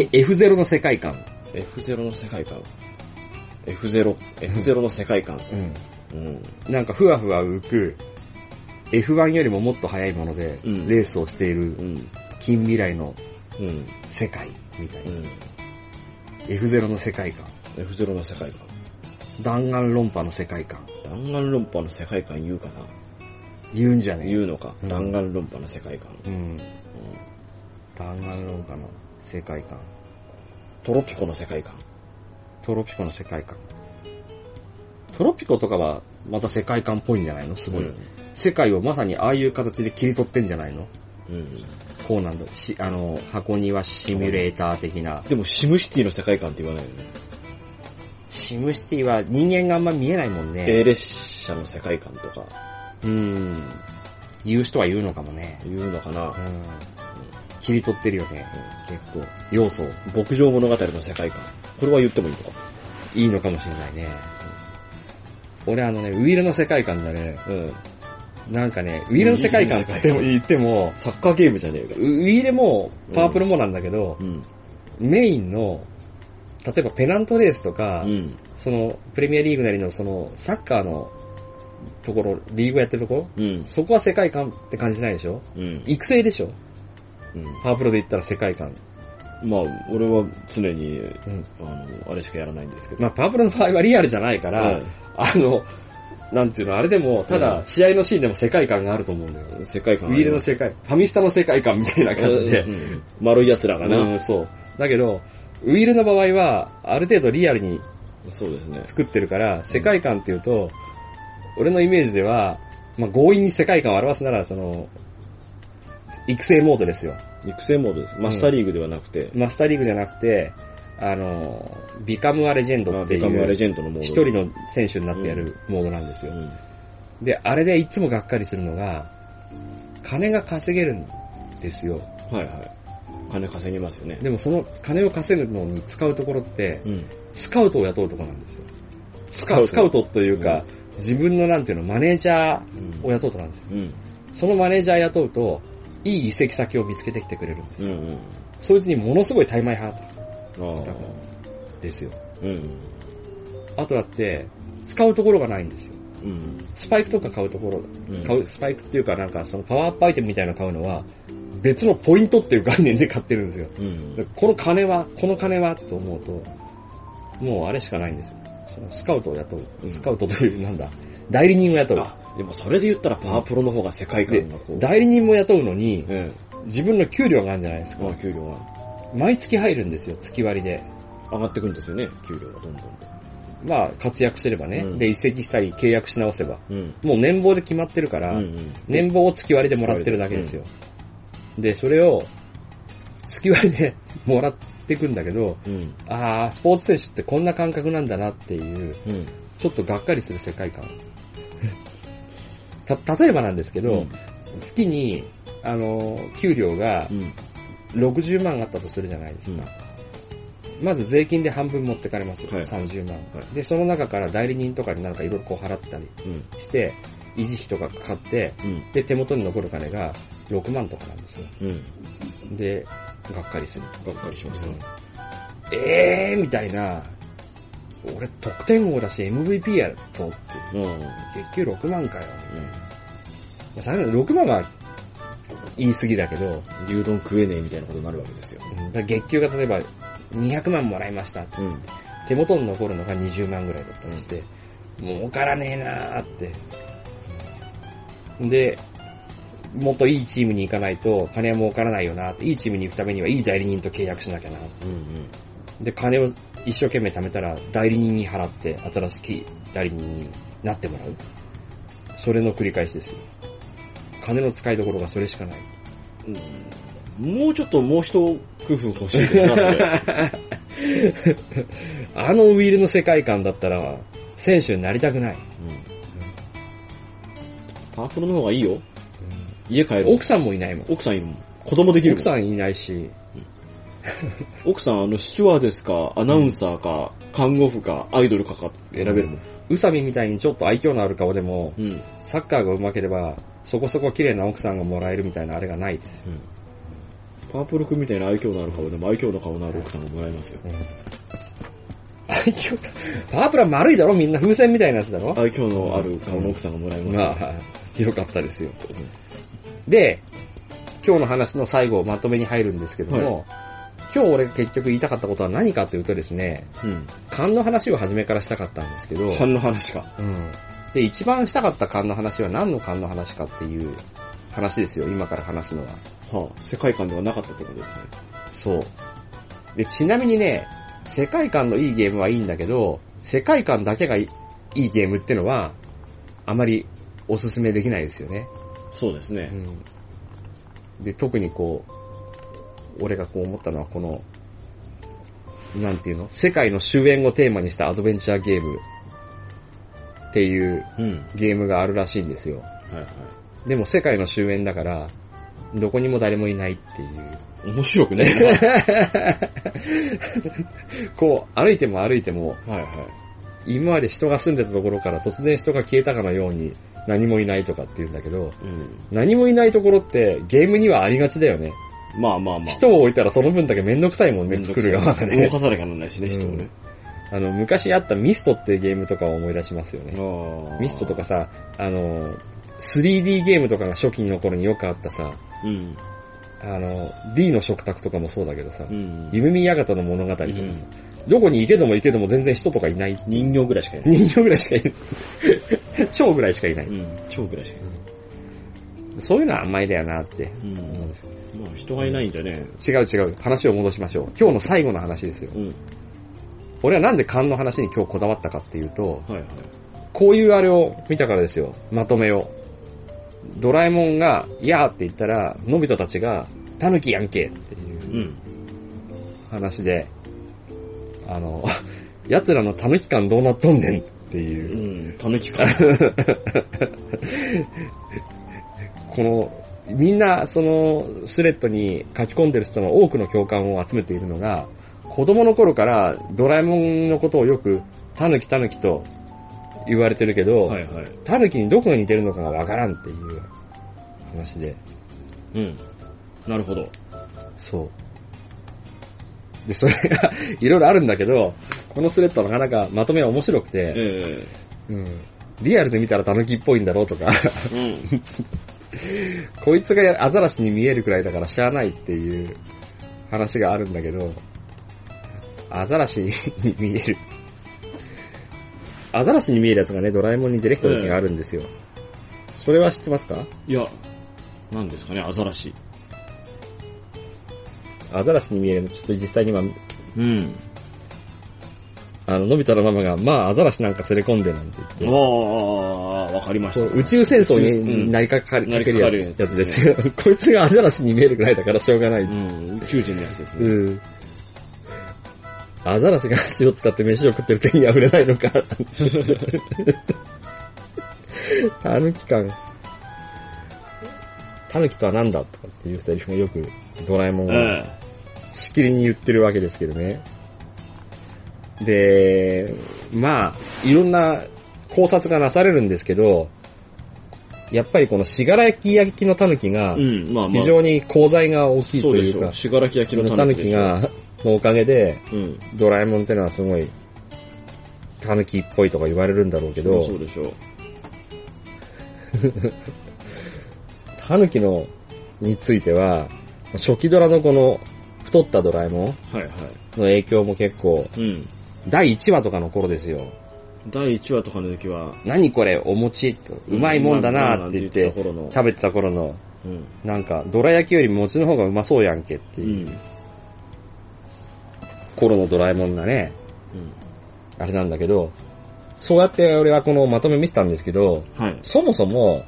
S2: ね。
S1: え F0 の世界観。
S2: F0 の世界観。F0、F0 の世界観。
S1: うん。
S2: うん。
S1: なんかふわふわ浮く、F1 よりももっと速いもので、
S2: うん
S1: レースをしていうる
S2: ん。
S1: 近未来の
S2: うん。
S1: 世界みたいうな。
S2: ん。
S1: F0 の世界観。
S2: F0 の世界観。
S1: 弾丸論破の世界観。
S2: 弾丸論破の世界観言うかな
S1: 言うんじゃねえ
S2: 言うのか。
S1: うん
S2: 弾丸論破の世界観。
S1: うん。弾丸論破の世界観。
S2: トロピコの世界観。
S1: トロピコの世界観。トロピコとかはまた世界観っぽいんじゃないのすごい、世界をまさにああいう形で切り取ってんじゃないの
S2: うん。
S1: こうなんだ。し、あの、箱庭シミュレーター的な。
S2: でもシムシティの世界観って言わないよね。
S1: シムシティは人間があんま見えないもんね。
S2: A 列車の世界観とか
S1: うーん。言う人は言うのかもね。
S2: 言うのか
S1: う
S2: な。
S1: ん。切り取ってるよね。結構。要素、
S2: 牧場物語の世界観。これは言ってもいいのか。
S1: いいのかもしれないね。俺あのね、ウィールの世界観だね。
S2: うん。
S1: なんかね、ウィールの世界観って言っても、
S2: ウ
S1: 言っても
S2: サッカーゲームじゃねえか。
S1: ウウィールも、パープルもなんだけど
S2: う、ん。
S1: メインの、例えばペナントレースとか、
S2: うん。
S1: その、プレミアリーグなりのその、サッカーのところ、リーグやってるところ
S2: うん。
S1: そこは世界観って感じないでしょ
S2: うん。
S1: 育成でしょ
S2: うん
S1: パープロで言ったら世界観。
S2: まあ、俺は常に、
S1: うん。
S2: あの、あれしかやらないんですけど。
S1: まあ、パープルの場合はリアルじゃないから、あの、なんていうの、あれでも、た
S2: う
S1: だ、
S2: ん
S1: 試合のシーンでも世界観があると思うんだよ。
S2: うん世界
S1: ウ
S2: 観
S1: ィールの世界、ファミスタの世界観みたいな
S2: 観
S1: 感じで。
S2: 丸い奴らが
S1: う
S2: な。
S1: ん、そう。だけど、ウィールの場合は、ある程度リアルに
S2: そうですね。
S1: 作ってるから、世界観っていうと、俺のイメージでは、まあ、強引に世界観を表すなら、その、育成モードですよ。
S2: 育成モードです。マスターリーグではなくて、
S1: マスターリーグじゃなくて、あの、ビカムアレジェンド
S2: まあ
S1: ってい
S2: ビカムアレ
S1: う、
S2: ジェンドのモード。
S1: 一人の選手になってやるモードなんですよ
S2: う。ん。
S1: で、あれでいつもがっかりするのが、金が稼げるんですよ。
S2: はいはい。金稼ぎますよね。
S1: でもその金を稼ぐのに使うところって、
S2: うん。
S1: スカウトを雇うところなんですよ。スカ
S2: ウト
S1: スカウトというか、自分のなんていうの、マネージャーを雇うところなんですよ。
S2: うん。
S1: そのマネージャー雇うと、いい移籍先を見つけてきてくれるんです。
S2: うん。うん。
S1: そいつにものすごいタイマイ派
S2: ああ。
S1: ですよ。
S2: うん。
S1: あとだって、使うところがないんですよ。
S2: うん。
S1: スパイクとか買うところ、
S2: うん
S1: 買う、スパイクっていうかなんかそのパワーアップアイテムみたいなの買うのは、別のポイントっていう概念で買ってるんですよ。
S2: うん。
S1: この金は、この金はと思うと、もうあれしかないんですよ。そのスカウトを雇
S2: う
S1: う。
S2: ん
S1: スカウトという、なんだ、代理人を雇う。
S2: あ、でもそれで言ったらパワープロの方が世界観がこう。
S1: 代理人も雇うのに、
S2: え
S1: 自分の給料があるんじゃないです
S2: え。
S1: か。
S2: まあ給料は
S1: 毎月入るんですよ、月割りで。
S2: 上がってくるんですよね、給料がどんどんと。
S1: まあ、活躍してればね。
S2: うん
S1: で、移籍したり、契約し直せば。
S2: うん。
S1: もう年俸で決まってるか
S2: う
S1: ら、
S2: ん。
S1: 年俸を月割りでもらってるだけですよ。で、それを、月割りで もらっていくんだけど、
S2: うん。
S1: あー、スポーツ選手ってこんな感覚なんだなっていう、
S2: うん。
S1: ちょっとがっかりする世界観。た、例えばなんですけど、
S2: うん
S1: 月に、あの、給料が
S2: うん。
S1: 60万あったとするじゃないですか。まず税金で半分持ってかれますよ。
S2: はい
S1: 30万、
S2: は
S1: で、その中から代理人とかになんかいろいろこう払ったり
S2: うん。
S1: して、維持費とかかかって、
S2: うん。
S1: で、手元に残る金が6万とかなんですよ。
S2: うん。
S1: で、がっかりする。
S2: がっかりしましたね。
S1: えーみたいな、俺得点王だし MVP やぞっていう。
S2: うん。うん。
S1: 月給6万かよ。さすがに6万は言い過ぎだけど、
S2: 牛丼食えねえみたいなことになるわけですよ。
S1: だから月給が例えば200万もらいました。
S2: うん。
S1: 手元に残るのが20万ぐらいだったりして、儲からねえなーって。で、もっといいチームに行かないと金は儲からないよなって、いいチームに行くためにはいい代理人と契約しなきゃな。
S2: うん。
S1: で、金を一生懸命貯めたら代理人に払って新しき代理人になってもらう。それの繰り返しですよ。金の使いどころがそれしか ない。
S2: うん。もうちょっともう一工夫欲しいですな、それ。
S1: あのウィールの世界観だったら、選手になりたくない。
S2: うん。パープルの方がいいよ。家帰る。
S1: 奥さんもいないもん。
S2: 奥さんいるもん。子供できるも
S1: 奥さんいないし、
S2: ん。奥さん、あの、シチュワーですか、アナウンサーか、看護婦か、アイドルかか選べるもん。
S1: 宇佐美みたいにちょっと愛嬌のある顔でも、
S2: うん。うん。
S1: サッカーが上手ければ、そこそこ綺麗な奥さんがもらえるみたいなあれがないです。
S2: パープル君みたいな愛嬌のある顔でも愛嬌の顔のある奥さんがもらえますよ。
S1: 愛嬌だ。パープラ丸いだろみんな風船みたいなやつだろ
S2: 愛嬌のある顔の奥さんがもらえますよ。
S1: まあ、良かったですよ。で、今日の話の最後、まとめに入るんですけども、今日俺が結局言いたかったことは何かというとですね、
S2: うん。
S1: 勘の話を初めからしたかったんですけど、
S2: 勘の話か。
S1: うんで、一番したかった勘の話は何の勘の話かっていう話ですよ、今から話すのは。
S2: はあ、世界観ではなかったってことですね。
S1: そう。で、ちなみにね、世界観のいいゲームはいいんだけど、世界観だけがいいいいゲームってのは、あまりおすすめできないですよね。
S2: そうですね。
S1: うん、で、特にこう、俺がこう思ったのはこの、なんていうの世界の終焉をテーマにしたアドベンチャーゲームっていう
S2: うん。
S1: ゲームがあるらしいんですよ。
S2: はいは
S1: でも世界の終焉だから、どこにも誰もいないっていう。
S2: い。面白くねえな。
S1: こう、歩いても歩いても、
S2: はいは
S1: 今まで人が住んでたところから突然人が消えたかのように何もいないとかって言うんだけど、
S2: い。うん。
S1: 何もいないところってゲームにはありがちだよね。
S2: まあまあまあ。
S1: 人を置いたらその分だけめんどくさいもんね、
S2: 面倒
S1: 作
S2: くさい
S1: る側がね
S2: 動。かさ なきゃならないしね、人をね。
S1: あの、昔あったミストっていうゲームとかを思い出しますよね。
S2: ああ
S1: ミストとか。さ、あの、3D ゲームとかが初期の頃によくあったさ、
S2: うん。
S1: あの、D の食卓とかもそうだけどさ
S2: う、ん。
S1: 夢見やがたの物語とかさ、どこに行けども行けども全然人とかいない。
S2: 人形ぐらいしかいない。
S1: 人形ぐらいしかいない。 蝶ぐらいしかいない。
S2: うん。蝶ぐらいしかいない。
S1: そういうのは甘いだよなって
S2: うん
S1: 思うんですよ。
S2: まあ人がいないんじゃね
S1: 違う違う。話を戻しましょう。今日の最後の話ですよ。
S2: うん。
S1: 俺はなんで勘の話に今日こだわったかっていうと、
S2: はいはい。
S1: こういうあれを見たからですよ。まとめを。ドラえもんが、いやーって言ったら、のび太たちが、タヌキやんけっていう
S2: うん。
S1: 話で、あの、 奴らのタヌキ感どうなっとんねんって
S2: う
S1: いう、
S2: ん。たぬきか。
S1: この、みんな、その、スレッドに書き込んでる人の多くの共感を集めているのが、子供の頃からドラえもんのことをよく、タヌキタヌキと言われてるけど、
S2: はいはい。
S1: タヌキにどこが似てるのかがわからんっていう話で、
S2: うん。なるほど。
S1: そう。で、それが、 いろいろあるんだけど、このスレッドはなかなかまとめは面白くて、
S2: え
S1: うんリアルで見たらタヌキっぽいんだろうとか、
S2: えうん。
S1: こいつがアザラシに見えるくらいだからしゃあないっていう話があるんだけど、アザラシに見える。アザラシに見えるやつがね、ドラえもんに出てきた時があるんですよ。それは知ってますか
S2: いや、なんですかね、アザラシ。
S1: アザラシに見えるの、ちょっと実際に今
S2: うん。
S1: あの、のび太のママが、まあ、アザラシなんか連れ込んでなんて
S2: あ
S1: 言って。
S2: あ、わかりまし
S1: こ
S2: た。
S1: う宇宙戦争
S2: うん
S1: になりかかる、
S2: なりかかるやつ
S1: やつですよ。こいつがアザラシに見えるくらいだからしょうがな
S2: う
S1: い。
S2: ん。宇宙人のやつですね。
S1: うん。アザラシが足を使って飯を食ってる手には触れない のか。タヌキ感。タヌキとは何だとかっていうセリフもよくドラえもん
S2: う
S1: が
S2: ん。
S1: しきりに言ってるわけですけどね。で、まあ、いろんな考察がなされるんですけど、やっぱりこのしがら焼き焼きのタヌキが
S2: うん、まあまあ。
S1: 非常に功罪が大きい
S2: そう
S1: と
S2: で
S1: い
S2: し
S1: うか
S2: ょ。、しがらき焼き
S1: そ
S2: の
S1: のタヌ
S2: 狸で
S1: キ
S2: しょ。
S1: が、のおかげで、
S2: うん。
S1: ドラえもんってのはすごい、タヌキっぽいとか言われるんだろうけど、
S2: そうでしょ。
S1: タヌキの、については、初期ドラのこの、太ったドラえもんの
S2: はいは
S1: 影響も結構、
S2: い。うん。
S1: 第1話とかの頃ですよ。
S2: 第1話とかの時は、
S1: 何これ、お餅と、うまいもんだなって言って、
S2: うまいもんだなって言ってた頃の
S1: 食べてた頃の、
S2: うん。
S1: なんか、ドラ焼きより餅の方がうまそうやんけって
S2: う。
S1: いうん頃のドラえもんがね、あれなんだけど、そうやって俺はこのまとめ見てたんですけど、
S2: はい。
S1: そもそも、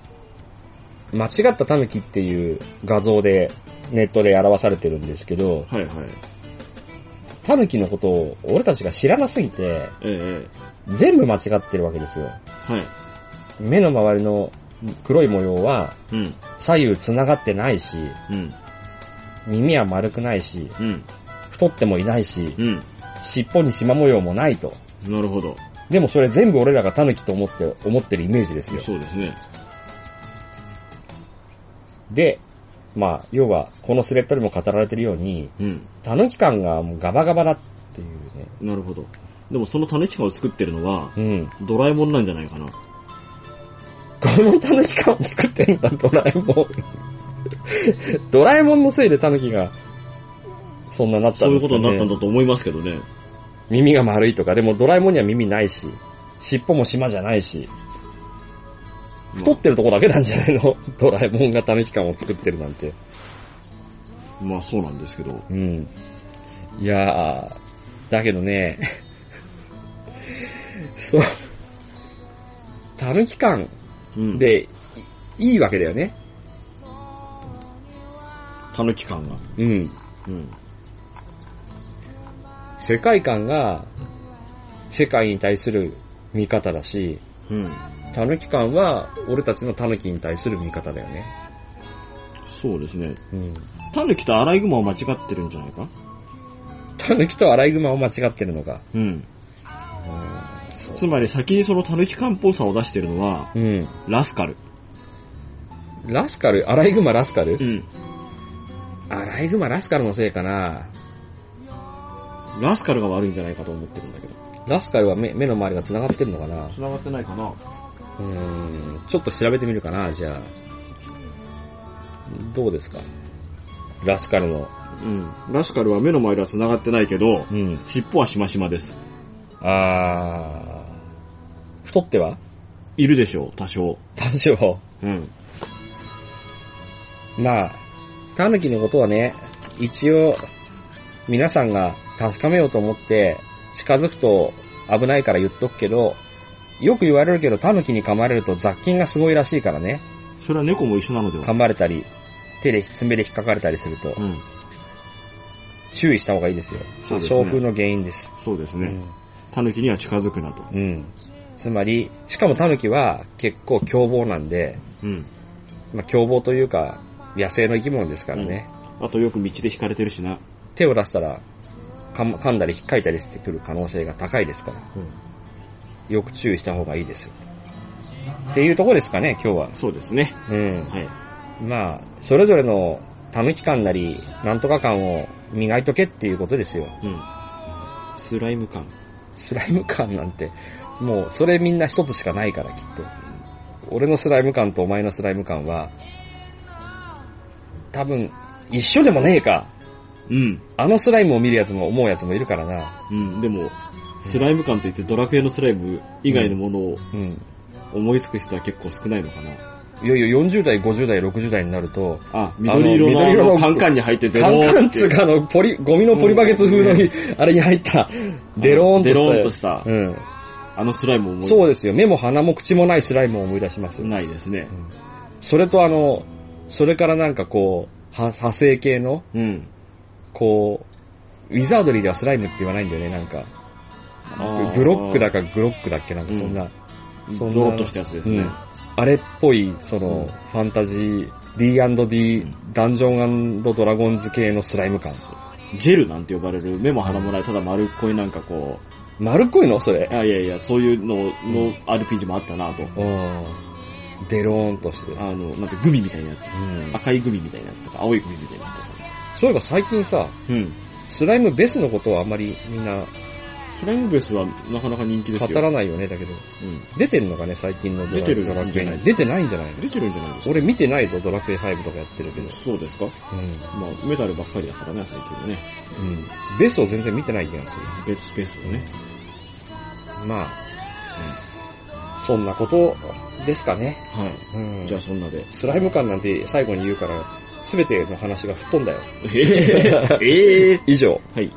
S1: 間違ったタヌキっていう画像で、ネットで表されてるんですけど、
S2: はいはい。
S1: タヌキのことを俺たちが知らなすぎて、
S2: えええ
S1: 全部間違ってるわけですよ。
S2: え。はい。
S1: 目の周りの黒い模様は
S2: うん。
S1: 左右繋がってないし、
S2: うん。
S1: 耳は丸くないし、
S2: うん。
S1: 太ってもいないし、
S2: うん。
S1: 尻尾に縞模様もないと。
S2: なるほど。
S1: でもそれ全部俺らがタヌキと思って、思ってるイメージですよ。
S2: そうですね。
S1: で、まあ、要は、このスレッドでも語られてるように、
S2: うん。
S1: タヌキ感がもうガバガバだっていうね。
S2: なるほど。でもその種地下を作ってるのは、
S1: うん。
S2: ドラえもんなんじゃないかな。
S1: このタヌキ感を作ってるんだ、ドラえもん。 ドラえもんのせいでタヌキが、そんななった
S2: そ
S1: ん
S2: うい
S1: で
S2: う
S1: す
S2: こ
S1: か、ね、
S2: とになったんだと思いますけどね。
S1: 耳が丸いとか、でもドラえもんには耳ないし、尻尾も島じゃないし、
S2: ま
S1: 太ってるとこだけなんじゃないの ドラえもんがタヌキ感を作ってるなんて。
S2: あ、まあそうなんですけど。
S1: うん。いやー、だけどね、 そう、タヌキ感
S2: うん。、
S1: で、いいいわけだよね。
S2: 種地感が。
S1: うん。
S2: うん。
S1: 世界観が、世界に対する見方だし、
S2: うん。
S1: タヌキ感は、俺たちのタヌキに対する見方だよね。
S2: そうですね。
S1: うん。
S2: 種キとアライグマを間違ってるんじゃないか
S1: タヌキとアライグマを間違ってるのか。
S2: うん。
S1: うん、そ
S2: つまり先にその種キ感っぽさを出してるのは、
S1: う。うん。
S2: ラスカル。
S1: ラスカルアライグマラスカル、
S2: うん。
S1: アライグマラスカルのせいかな
S2: ラスカルが悪いんじゃないかと思ってるんだけど。
S1: ラスカルは目目の周りが繋がってるのかな
S2: 繋がってないかな
S1: うーん、ちょっと調べてみるかな、じゃあ。どうですかラスカルの。
S2: うん。ラスカルは目の周りは繋がってないけど、
S1: うん。
S2: 尻尾はしましまです。
S1: あー。太ってはい
S2: るでしょう、多少。
S1: 単少。
S2: うん。
S1: まあ、タヌキのことはね、一応、皆さんが確かめようと思って、近づくと危ないから言っとくけど、よく言われるけど、タヌキに噛まれると雑菌がすごいらしいからね。
S2: それは猫も一緒なのでは
S1: 噛まれたり、手で爪で引っかかれたりすると
S2: う、ん。
S1: 注意した方がいいですよ。
S2: そうですね
S1: 傷風の原因です。
S2: そうです
S1: う
S2: ね
S1: ん。
S2: タヌキには近づくなと。
S1: うん。つまり、しかもタヌキは結構凶暴なんで、
S2: うん。
S1: まあ、凶暴というか、野生の生き物ですからね。
S2: あとよく道で引かれてるしな。
S1: 手を出したら、かん噛んだり引っかいたりしてくる可能性が高いですから、よく注意した方がいいですよ。っていうところですかね、今日は。
S2: そうですね。
S1: うん。
S2: はい。
S1: まあ、それぞれのタヌキ感なり、なんとか感を磨いとけっていうことですよ。
S2: うん。スライム感。
S1: スライム感なんて、もうそれみんな一つしかないからきっと。俺のスライム感とお前のスライム感は、多分、一緒でもねえか。
S2: うん。
S1: あのスライムを見るやつも思うやつもいるからな。
S2: うん。でも、スライム感といってドラクエのスライム以外のものを
S1: うん。
S2: 思いつく人は結構少ないのかな。
S1: いよいよ40代、50代、60代になると、
S2: あ、緑色
S1: あ
S2: の
S1: の
S2: あ
S1: 緑色の
S2: のカンカンに入ってて
S1: カンカンつ
S2: て
S1: うかあの、ポリ、ゴミのポリバケツ風のに、あれに入った、デローンと
S2: デローン
S1: し
S2: と
S1: た。
S2: した
S1: う。ん。
S2: あのスライムを思い
S1: そうですよ。目も鼻も口もないスライムを思い出します。
S2: ないですね。
S1: それとあの、それからなんかこう、は派生系の、
S2: うん。
S1: こう、ウィザードリーではスライムって言わないんだよね、なんか。ブロックだかグロックだっけなんかそんな、そんな
S2: ドロッとしたやつですね。
S1: うんあれっぽい、その、ファンタジー、D&D、ダンジョンドラゴンズ系のスライム感。
S2: ジェルなんて呼ばれる目も鼻もない、ただ丸っこいなんかこう、
S1: 丸っこいのそれ。
S2: あいやいや、そういうのの RPG もあったなと。
S1: うん。デローンとして。
S2: あの、なんかグミみたいなやつ。
S1: うん
S2: 赤いグミみたいなやつとか、青いグミみたいなやつとか。
S1: そういえば最近さ、
S2: うん。
S1: スライムベスのことはあんまりみんな
S2: スライムベースはなかなか人気です
S1: 語
S2: よ。
S1: らないよね、だけど。
S2: うん。
S1: 出てんのかね、最近のドラ
S2: 出てる
S1: ドラクエ
S2: 出てない
S1: 9。出てないんじゃないの
S2: 出てるんじゃないですか
S1: 俺見てないぞ、ドラクエ5とかやってるけど。
S2: そうですか
S1: うん。
S2: まあ、メタルばっかりだからね、最近はね。
S1: うん。ベスを全然見てない気がする。
S2: ベース、ベースもね。
S1: まあ、そんなことですかね。
S2: はい。
S1: うん。
S2: じゃあそん なで。
S1: スライム感なんて最後に言うから、すべての話が吹っ飛んだよ。
S2: ええ
S1: 以上。
S2: はい。